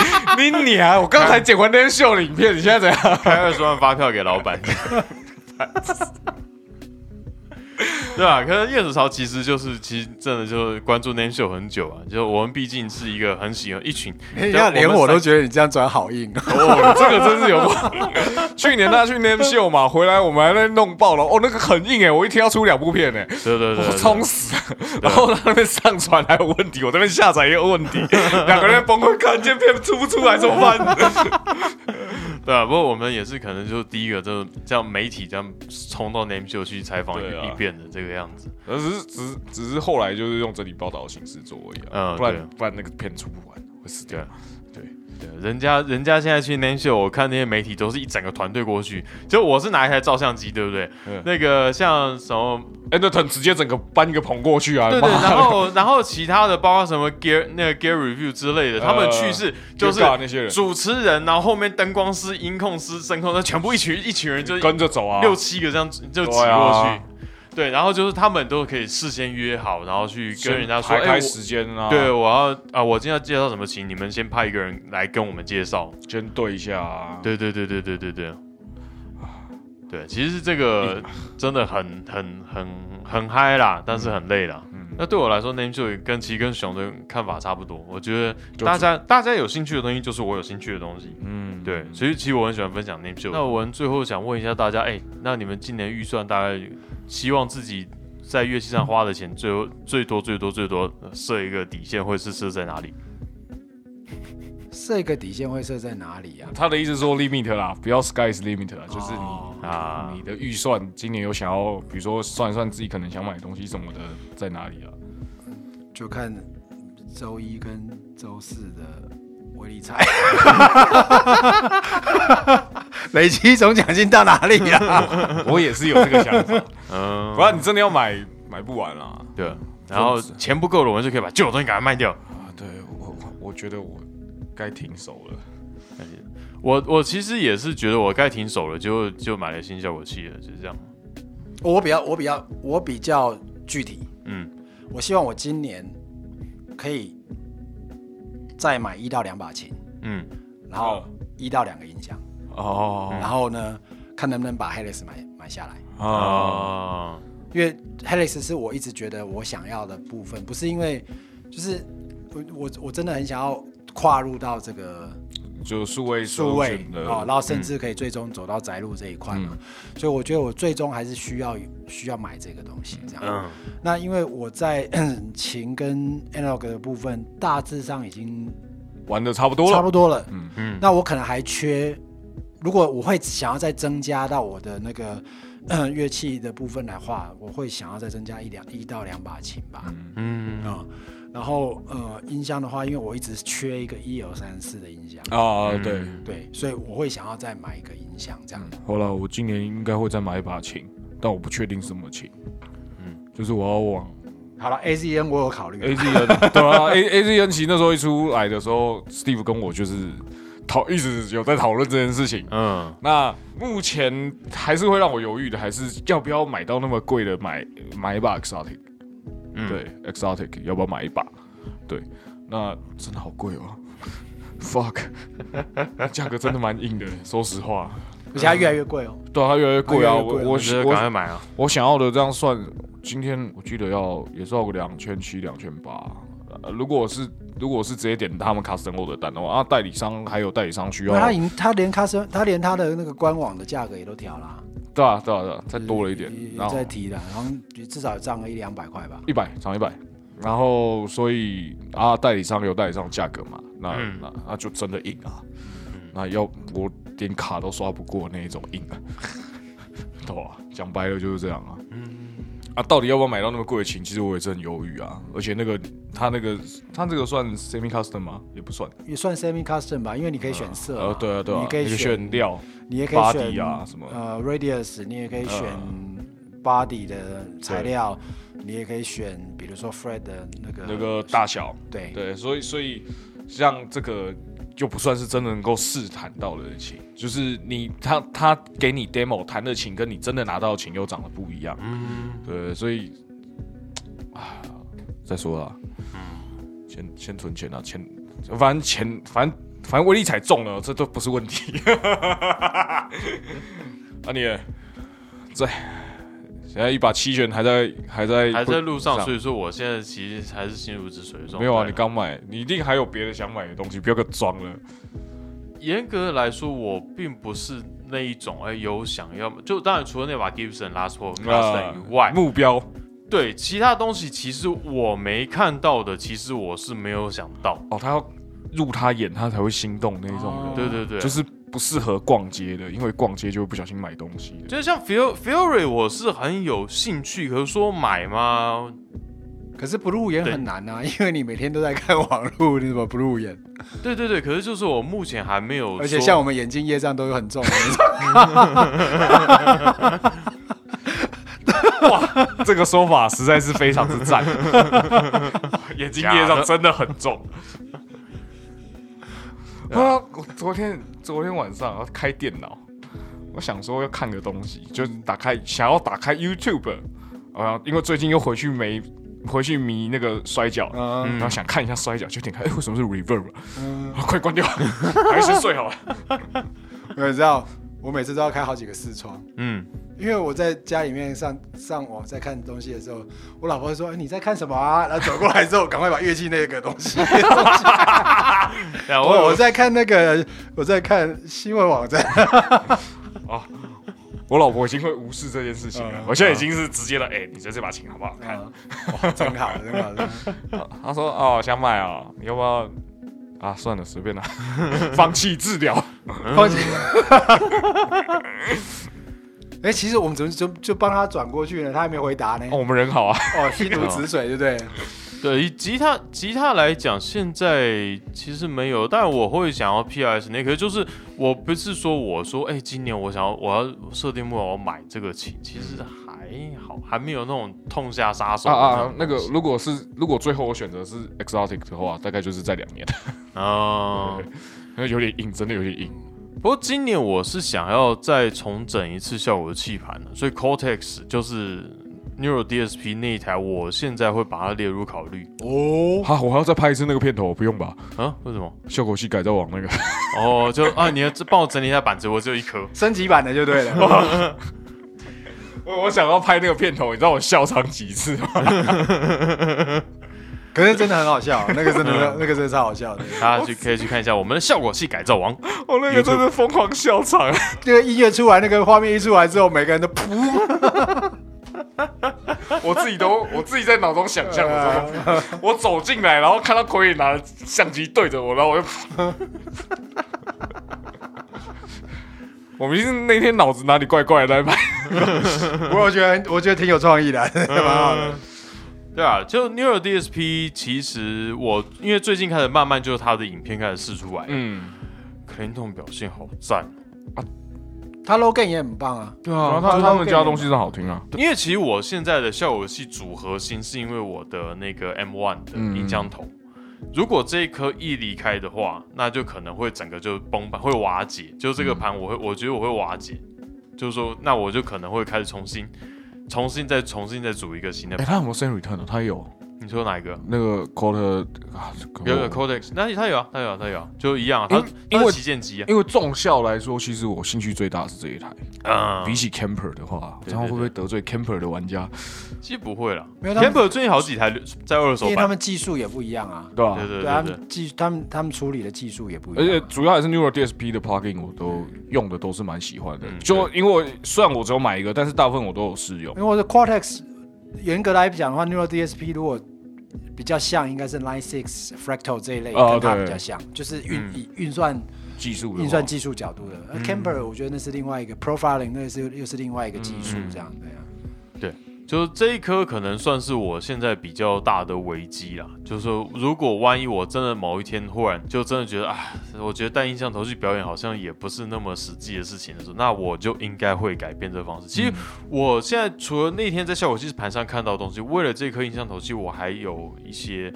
[SPEAKER 2] 你娘！我刚才剪完 Name Show 的影片，你现在怎样？
[SPEAKER 1] 开二十万发票给老 板。对啊，可是叶子潮其实就是，其实真的就是关注 Name Show 很久啊，就是我们毕竟是一个很喜欢一群，
[SPEAKER 2] 哎
[SPEAKER 3] 你看连我都觉得你这样转好硬哦。
[SPEAKER 2] 哦，这个真是有多。去年他去 Name Show 嘛，回来我们还在弄爆了。哦，那个很硬哎、我一天要出两部片哎、
[SPEAKER 1] 对对对
[SPEAKER 2] 我
[SPEAKER 1] 对，
[SPEAKER 2] 冲死了！ 然后他那边上传还有问题，我这边下载也有问 题，两个人崩溃，看这片出不出来怎么办？
[SPEAKER 1] 对啊，不过我们也是可能就是第一个，就是这样媒体这样冲到 Name Show 去采访一
[SPEAKER 2] 对啊
[SPEAKER 1] 一遍的这个样子。
[SPEAKER 2] 只是只是只是后来就是用整理报道的形式做而已、啊，
[SPEAKER 1] 嗯
[SPEAKER 2] 不
[SPEAKER 1] 对
[SPEAKER 2] 然不然那个片出不完，会死掉
[SPEAKER 1] 对。
[SPEAKER 2] 啊
[SPEAKER 1] 对，人家人家现在去 Name Show，我看那些媒体都是一整个团队过去，就我是拿一台照相机，对不对？
[SPEAKER 2] 嗯
[SPEAKER 1] 那个像什么
[SPEAKER 2] Anderton 直接整个搬一个棚过去啊！
[SPEAKER 1] 对对，
[SPEAKER 2] 妈的
[SPEAKER 1] 然后然后其他的包括什么 gear 那个 gear review 之类
[SPEAKER 2] 呃
[SPEAKER 1] 的，他们去是就是
[SPEAKER 2] Yuga 那些人
[SPEAKER 1] 主持人，然后后面灯光师、音控师、声控师，全部一群一群人就
[SPEAKER 2] 跟着走啊，
[SPEAKER 1] 六七个这样就挤
[SPEAKER 2] 对
[SPEAKER 1] 过去
[SPEAKER 2] 啊。
[SPEAKER 1] 对，然后就是他们都可以事先约好，然后去跟人家说，
[SPEAKER 2] 排
[SPEAKER 1] 哎
[SPEAKER 2] 开，时间啊，
[SPEAKER 1] 我对，我要啊，我今天要介绍什么琴，你们先派一个人来跟我们介绍。
[SPEAKER 2] 先对一下啊。
[SPEAKER 1] 对对对对对对对，对，其实这
[SPEAKER 2] 哎
[SPEAKER 1] 个真的很很很很嗨啦，但是很累啦。
[SPEAKER 2] 嗯
[SPEAKER 1] 那对我来说，Name Show 跟其实跟熊的看法差不多。我觉得大家大家有兴趣的东西就是我有兴趣的东西。
[SPEAKER 2] 嗯，
[SPEAKER 1] 对，所以其实我很喜欢分享 Name Show。那我们最后想问一下大家，哎、那你们今年预算大概希望自己在乐器上花的钱最后最多最多最多呃设一个底线会是设在哪里？
[SPEAKER 3] 设一个底线会设在哪里啊？
[SPEAKER 2] 他的意思说 limit 啦，不要 sky is limit 啦，就是你、
[SPEAKER 3] 哦
[SPEAKER 1] 啊
[SPEAKER 2] 你的预算今年有想要，比如说算一算自己可能想买的东西什么的在哪里啊？
[SPEAKER 3] 就看周一跟周四的威力彩， 累积总奖金到哪里啊？
[SPEAKER 2] 我也是有这个想法，
[SPEAKER 1] 嗯，
[SPEAKER 2] 不然你真的要买买不完啊啦。
[SPEAKER 1] 对，然后钱不够了，我们就可以把旧的东西赶快卖掉。
[SPEAKER 2] 啊，对我我我觉得我该停手了。
[SPEAKER 1] 我我其实也是觉得我该停手了，就就买了新效果器了，就是这样。
[SPEAKER 3] 我比较，我比较，我比较具体，
[SPEAKER 1] 嗯，
[SPEAKER 3] 我希望我今年可以再买一到两把琴，
[SPEAKER 1] 嗯，
[SPEAKER 3] 然后一到两个音箱，
[SPEAKER 2] 哦
[SPEAKER 3] 然后呢，看能不能把 Helix 买买下来。
[SPEAKER 1] 嗯
[SPEAKER 2] 啊，
[SPEAKER 1] 啊，
[SPEAKER 3] 因为 Helix 是我一直觉得我想要的部分，不是因为就是我我我真的很想要跨入到这个
[SPEAKER 2] 就数位
[SPEAKER 3] 数位
[SPEAKER 2] solution
[SPEAKER 3] 哦，然
[SPEAKER 2] 的，
[SPEAKER 3] 后甚至可以最终走到宅路这一块嘛，所以我觉得我最终还是需要需要买这个东西这样。
[SPEAKER 1] 嗯
[SPEAKER 3] 那因为我在 琴跟 analog 的部分大致上已经
[SPEAKER 2] 玩的差不多
[SPEAKER 3] 差
[SPEAKER 2] 了。
[SPEAKER 3] 不多了，
[SPEAKER 1] 嗯，
[SPEAKER 3] 那我可能还缺，如果我会想要再增加到我的那个 呃乐器的部分来话，我会想要再增加一两一到两把琴吧，
[SPEAKER 1] 嗯
[SPEAKER 3] 啊、然后呃音箱的话，因为我一直缺一个一 L 三四的音箱，
[SPEAKER 2] 啊，对，
[SPEAKER 3] 对，所以我会想要再买一个音箱这样。
[SPEAKER 2] 好了，我今年应该会再买一把琴，但我不确定什么琴。嗯，就是我要往
[SPEAKER 3] 好了，A Z N 我有考虑
[SPEAKER 2] A Z N 对啊，A A Z N 其实那时候一出来的时候，Steve 跟我就是讨一直有在讨论这件事情。
[SPEAKER 1] 嗯
[SPEAKER 2] 那目前还是会让我犹豫的，还是要不要买到那么贵的买买一把 Exotic？、
[SPEAKER 1] 嗯，
[SPEAKER 2] 对，Exotic 要不要买一把？对，那真的好贵哦，fuck，价格真的蛮硬的，说实话。
[SPEAKER 3] 而且它越来越贵哦。
[SPEAKER 2] 对啊，它越来越贵啊！
[SPEAKER 3] 它越来越
[SPEAKER 2] 我
[SPEAKER 3] 贵了
[SPEAKER 2] 我
[SPEAKER 1] 我觉得赶快
[SPEAKER 2] 我
[SPEAKER 1] 买啊，
[SPEAKER 2] 我想要的这样算，今天我记得要也是要个两千七、两千八。呃，如果是如果是直接点他们 custom order 的单的话，啊，代理商还有代理商需要
[SPEAKER 3] 那，他已经，他连他生，他连他的那个官网的价格也都调啦，
[SPEAKER 2] 对啊对啊对啊，再多了一点
[SPEAKER 3] 也，也
[SPEAKER 2] 然后
[SPEAKER 3] 再提了，然后至少涨个一两百块吧。
[SPEAKER 2] 一百涨一百，然后所以啊，代理商有代理商的价格嘛，那、
[SPEAKER 1] 嗯
[SPEAKER 2] 那那就真的硬啊，那要我连卡都刷不过那一种硬啊，对啊，讲白了就是这样啊。啊，到底要不要买到那么贵的琴？其实我也是很犹豫啊。而且那个他那个他这个算 semi custom 吗？也不算。啊
[SPEAKER 3] 也算 semi custom 吧，因为你可以选色嘛、
[SPEAKER 2] 呃，对啊，对啊，
[SPEAKER 3] 你可以
[SPEAKER 2] 那个
[SPEAKER 3] 选
[SPEAKER 2] 选，料，
[SPEAKER 3] 你也可以
[SPEAKER 2] body
[SPEAKER 3] 选
[SPEAKER 2] 啊什么啊
[SPEAKER 3] 呃 radius，你也可以选 body 的材料，你也可以选，比如说 Fred 的那个
[SPEAKER 2] 那个大小，
[SPEAKER 3] 对
[SPEAKER 2] 对，所以所以像这个就不算是真的能够试弹到的琴，就是你他他给你 demo 弹的琴，跟你真的拿到的琴又长得不一样，
[SPEAKER 1] 嗯，
[SPEAKER 2] 对，所以啊，再说了，先先存钱啊，钱，反正钱，反正反正威力彩中了，这都不是问题。 啊你呢，在现在一把七弦还在还在
[SPEAKER 1] 还在路上，所以说我现在其实还是心如止水的状态。
[SPEAKER 2] 没有啊，你刚买，你一定还有别的想买的东西，不要个装
[SPEAKER 1] 嗯啊
[SPEAKER 2] 了。
[SPEAKER 1] 严格来说，我并不是那一种哎、有想要，就当然除了那把 Gibson Last
[SPEAKER 2] 啊
[SPEAKER 1] Four m a s t e r 以外，
[SPEAKER 2] 目标
[SPEAKER 1] 对其他东西其实我没看到的，其实我是没有想到。
[SPEAKER 2] 哦，他要入他眼，他才会心动那一种人，
[SPEAKER 3] 哦
[SPEAKER 1] 对对嗯对，
[SPEAKER 2] 就是不适合逛街的，因为逛街就会不小心买东西的。
[SPEAKER 1] 就像 Fury Fury，我是很有兴趣，可是说买吗？
[SPEAKER 3] 可是不入眼很难啊，因为你每天都在看网络，你怎么不入眼？
[SPEAKER 1] 对对对，可是就是我目前还没有说，
[SPEAKER 3] 而且像我们眼睛业障都有很重的那种。
[SPEAKER 2] 这个说法实在是非常之赞， 眼睛业
[SPEAKER 1] 假的
[SPEAKER 2] 障真的很重。啊！ 我昨天昨天晚上啊开电脑，我想说要看个东西，就是打开想要打开 YouTube 啊，因为最近又回去没回去迷那个摔跤，
[SPEAKER 3] 嗯
[SPEAKER 2] 然后想看一下摔跤，就点开，哎、为什么是 reverb？、
[SPEAKER 3] 嗯，
[SPEAKER 2] 啊、快关 掉，还是先睡 好了。
[SPEAKER 3] 我知道，我每次都要开好几个视窗。
[SPEAKER 1] 嗯，
[SPEAKER 3] 因为我在家里面上上网在看东西的时候，我老婆说：“哎你在看什么啊？”然后走过来之后，赶快把乐器那个东西。
[SPEAKER 1] 然后
[SPEAKER 3] 我
[SPEAKER 1] 哎我
[SPEAKER 3] 我在看那个，我在看新闻网站。
[SPEAKER 2] 我老婆已经会无视这件事情了，
[SPEAKER 3] 嗯
[SPEAKER 2] 我现在已经是直接的，哎、你这这把琴好不好看？
[SPEAKER 3] 哇，真好，真好，真好
[SPEAKER 2] 他说：“哦，想买哦，你要不要？啊，算了，随 便啦，放弃治疗。
[SPEAKER 3] 放心。哎，其实我们怎么就就帮他转过去呢？他还没回答呢。
[SPEAKER 2] 哦，我们人好啊，
[SPEAKER 3] 哦，心如止水，对不对？
[SPEAKER 1] 对以吉他吉他来讲，现在其实没有，但我会想要 PS 那，可是就是我不是说我说，哎、今年我想要我要设定目标，我要买这个琴，其实还好，还没有那种痛下杀手
[SPEAKER 2] 啊
[SPEAKER 1] 的
[SPEAKER 2] 啊，
[SPEAKER 1] 那
[SPEAKER 2] 那个
[SPEAKER 1] 种东西
[SPEAKER 2] 如果是如果最后我选择是 exotic 的话，大概就是在两年，
[SPEAKER 1] 啊。
[SPEAKER 2] 因为有点硬，真的有点硬。
[SPEAKER 1] 不过今年我是想要再重整一次效果的气盘的，所以 Cortex 就是 Neural DSP 那一台，我现在会把它列入考虑
[SPEAKER 3] 哦，
[SPEAKER 2] 哈，我还要再拍一次那个片头，不用吧？
[SPEAKER 1] 啊？为什么？
[SPEAKER 2] 效果器改造网那个，
[SPEAKER 1] 哦，就啊，你要帮我整理一下板子，我只有一颗。
[SPEAKER 3] 升级版的就对了。
[SPEAKER 2] 我我想要拍那个片头，你知道我笑场几次吗？
[SPEAKER 3] 可是真的很好笑，那个真的，那个真的超好笑的。
[SPEAKER 1] 大家去可以去看一下我们的效果器改造王，
[SPEAKER 2] 我哦那个真的疯狂笑场。
[SPEAKER 3] 那个音乐出来，那个画面一出来之后，每个 人都噗。
[SPEAKER 2] 我自己都我自己在脑中想象的时候，我走进来，然后看到奎也拿着相机对着我，然后我就，我们是那天脑子哪里怪怪的来拍，
[SPEAKER 3] 我我觉得我觉得挺有创 意的，蛮好
[SPEAKER 2] 嗯
[SPEAKER 3] 的。
[SPEAKER 1] 对啊，就 Neural DSP，其实我因为最近开始慢慢就是它的影片开始试出来，嗯
[SPEAKER 2] 嗯，
[SPEAKER 1] ，Clinton 表现好赞，
[SPEAKER 3] 他 logan 也很棒啊，
[SPEAKER 2] 对
[SPEAKER 3] 啊
[SPEAKER 2] 然后他
[SPEAKER 3] 就
[SPEAKER 2] 他
[SPEAKER 3] 他
[SPEAKER 2] 们
[SPEAKER 3] 们
[SPEAKER 2] 家东西真的好听啊，
[SPEAKER 1] 因为其实我现在的效果器主核心是因为我的那个 M1 的音箱头，如果这一颗一离开的话，那就可能会整个就崩盘，会瓦解。就这个盘，我会、我觉得我会瓦解，就是说，那我就可能会开始重新、重新再重新再组一个新的
[SPEAKER 2] 哎，
[SPEAKER 1] 盘。
[SPEAKER 2] 他有没有 send return 啊？他有
[SPEAKER 1] 你说哪一个？
[SPEAKER 2] 那个 quarter 啊，这个
[SPEAKER 1] 有有 Codex，那它有啊，它有啊，它有啊，就一样啊，
[SPEAKER 2] 因
[SPEAKER 1] 它
[SPEAKER 2] 因
[SPEAKER 1] 它
[SPEAKER 2] 为
[SPEAKER 1] 是旗舰机啊，
[SPEAKER 2] 因为重效来说，其实我兴趣最大的是这一台。比
[SPEAKER 1] 嗯，
[SPEAKER 2] 起 Camper 的话，
[SPEAKER 1] 对对
[SPEAKER 2] 这样会不会得罪 Camper 的玩家？
[SPEAKER 1] 其实不会啦。
[SPEAKER 3] 没有他们
[SPEAKER 1] Camper 最近好几台在二手
[SPEAKER 3] 因为他
[SPEAKER 1] 版，
[SPEAKER 3] 们技术也不一样啊。
[SPEAKER 2] 对吧？
[SPEAKER 1] 对对
[SPEAKER 3] 啊，他
[SPEAKER 1] 对对，
[SPEAKER 3] 们技他们他们处理的技术也不一
[SPEAKER 2] 而
[SPEAKER 3] 样
[SPEAKER 2] 且
[SPEAKER 3] 啊。
[SPEAKER 2] 主要还是 Neural DSP 的 plugin，我都用的都是蛮喜欢的
[SPEAKER 1] 嗯。
[SPEAKER 2] 就因为我虽然我只有买一个，但是大部分我都有试用
[SPEAKER 3] 因。为我的 Cortex，严格来讲的话，Neural DSP 如果比较像应该是 Line Six Fractal 这一类，
[SPEAKER 2] 哦
[SPEAKER 3] 跟它
[SPEAKER 2] 对
[SPEAKER 3] 比较像，就是运
[SPEAKER 1] 嗯
[SPEAKER 3] 以运算
[SPEAKER 2] 技术的话嗯
[SPEAKER 3] 运算技术角度的。而 Camper 我觉得那是另外一个 Profiling，那是又是另外一个技
[SPEAKER 2] 嗯
[SPEAKER 3] 术这样啊的呀。
[SPEAKER 1] 就是这一颗可能算是我现在比较大的危机啦。就是说如果万一我真的某一天忽然就真的觉得，啊，我觉得带音箱头去表演好像也不是那么实际的事情的时候，那我就应该会改变这方式。其
[SPEAKER 2] 嗯
[SPEAKER 1] 实我现在除了那天在效果器盘上看到的东西，为了这颗音箱头，其实我还有一些。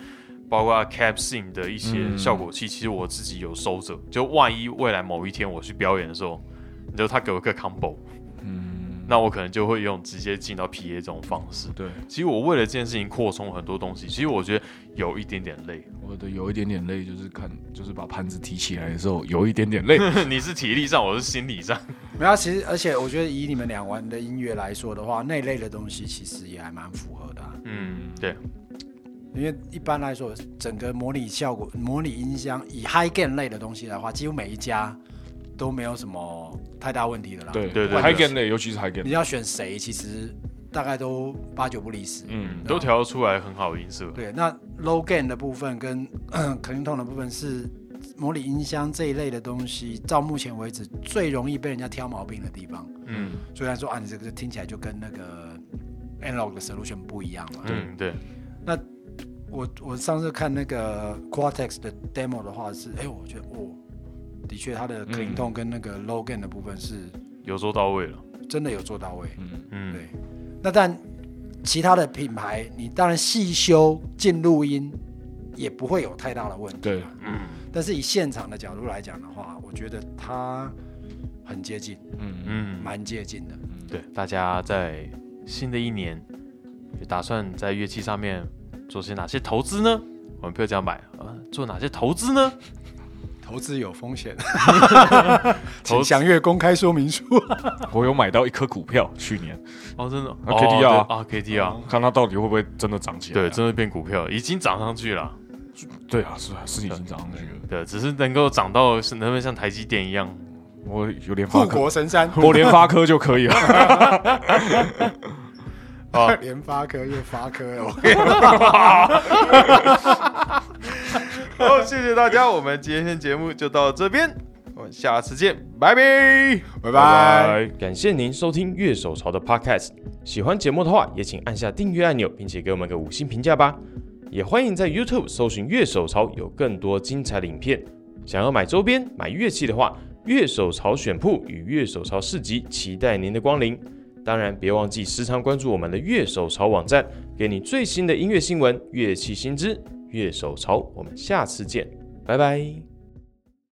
[SPEAKER 1] 包括 capsing 的一些
[SPEAKER 2] 嗯
[SPEAKER 1] 效果器，其实我自己有收着。就万一未来某一天我去表演的时候，你知道他给我一个 combo，
[SPEAKER 2] 嗯，
[SPEAKER 1] 那我可能就会用直接进到 PA 这种方式。
[SPEAKER 2] 对，
[SPEAKER 1] 其实我为了这件事情扩充很多东西，其实我觉得有一点点累。
[SPEAKER 2] 我的有一点点累，就是看就是把盘子提起来的时候有一点点累，
[SPEAKER 1] 你是体力上，我是心理上。
[SPEAKER 3] 没有啊，其实而且我觉得以你们俩玩的音乐来说的话，那一类的东西其实也还蛮符合的啊、
[SPEAKER 1] 嗯，对，
[SPEAKER 3] 因为一般来说，整个模拟效果、模拟音箱以 High Gain 类的东西的话，几乎每一家都没有什么太大问题的啦。
[SPEAKER 2] 对
[SPEAKER 1] 对对对
[SPEAKER 2] 还跟累，尤其是还跟
[SPEAKER 3] 你要选谁，其实大概都八九不离十。
[SPEAKER 2] 嗯，
[SPEAKER 1] 都调得出来很好的音色。
[SPEAKER 3] 对，那 low gain 的部分跟 Clinton 的部分是模拟音箱这一类的东西，到目前为止最容易被人家挑毛病的地方。
[SPEAKER 1] 嗯
[SPEAKER 3] 虽然说啊，你这个听起来就跟那个 analog 的 solution 不一样嘛。
[SPEAKER 1] 嗯，对，
[SPEAKER 3] 我我上次看那个 Cortex 的 demo 的话是，哎，我觉得哦，的确它的
[SPEAKER 1] 嗯
[SPEAKER 3] Clinton 跟那个 low gain 的部分是
[SPEAKER 1] 有做到位了。
[SPEAKER 3] 真的有做到位。
[SPEAKER 2] 嗯
[SPEAKER 1] 嗯，
[SPEAKER 3] 对，那但其他的品牌，你当然细修进录音也不会有太大的问题。
[SPEAKER 2] 对，
[SPEAKER 1] 嗯
[SPEAKER 3] 但是以现场的角度来讲的话，我觉得它很接近，
[SPEAKER 2] 嗯嗯，
[SPEAKER 1] 嗯，
[SPEAKER 3] 蛮接近的。
[SPEAKER 1] 对，大家在新的一年有打算在乐器上面做些哪些投资呢？我们不要讲买啊，做哪些投资呢？
[SPEAKER 3] 投资有风险，
[SPEAKER 1] 投
[SPEAKER 3] 请详阅公开说明书。
[SPEAKER 2] 我有买到一颗股票，去年
[SPEAKER 1] 哦，真的
[SPEAKER 2] 啊 KTR
[SPEAKER 1] 哦对啊，KTR，
[SPEAKER 2] 看它到底会不会真的涨起来
[SPEAKER 1] 对，
[SPEAKER 2] 啊。
[SPEAKER 1] 真的变股票了，已经涨上去了。
[SPEAKER 2] 对啊，是啊，是已经涨上去了，
[SPEAKER 1] 对，只是能够涨到是能不能像台积电一样？
[SPEAKER 2] 我有联发
[SPEAKER 3] 护
[SPEAKER 2] 科，
[SPEAKER 3] 国神山，
[SPEAKER 2] 我联发科就可以了。
[SPEAKER 1] 啊
[SPEAKER 3] 连发科又发科哦。
[SPEAKER 1] 好，谢谢大家，我们今天节目就到这边，我们下次见，拜拜。
[SPEAKER 3] 拜拜。。
[SPEAKER 4] 感谢您收听乐手潮的 Podcast。喜欢节目的话，也请按下订阅按钮，并且给我们个五星评价吧。也欢迎在 YouTube 搜寻乐手潮，有更多精彩的影片。想要买周边、买乐器的话，乐手潮选铺与乐手潮市集期待您的光临。当然，别忘记时常关注我们的乐手潮网站，给你最新的音乐新闻、乐器新知。乐手潮，我们下次见，拜拜。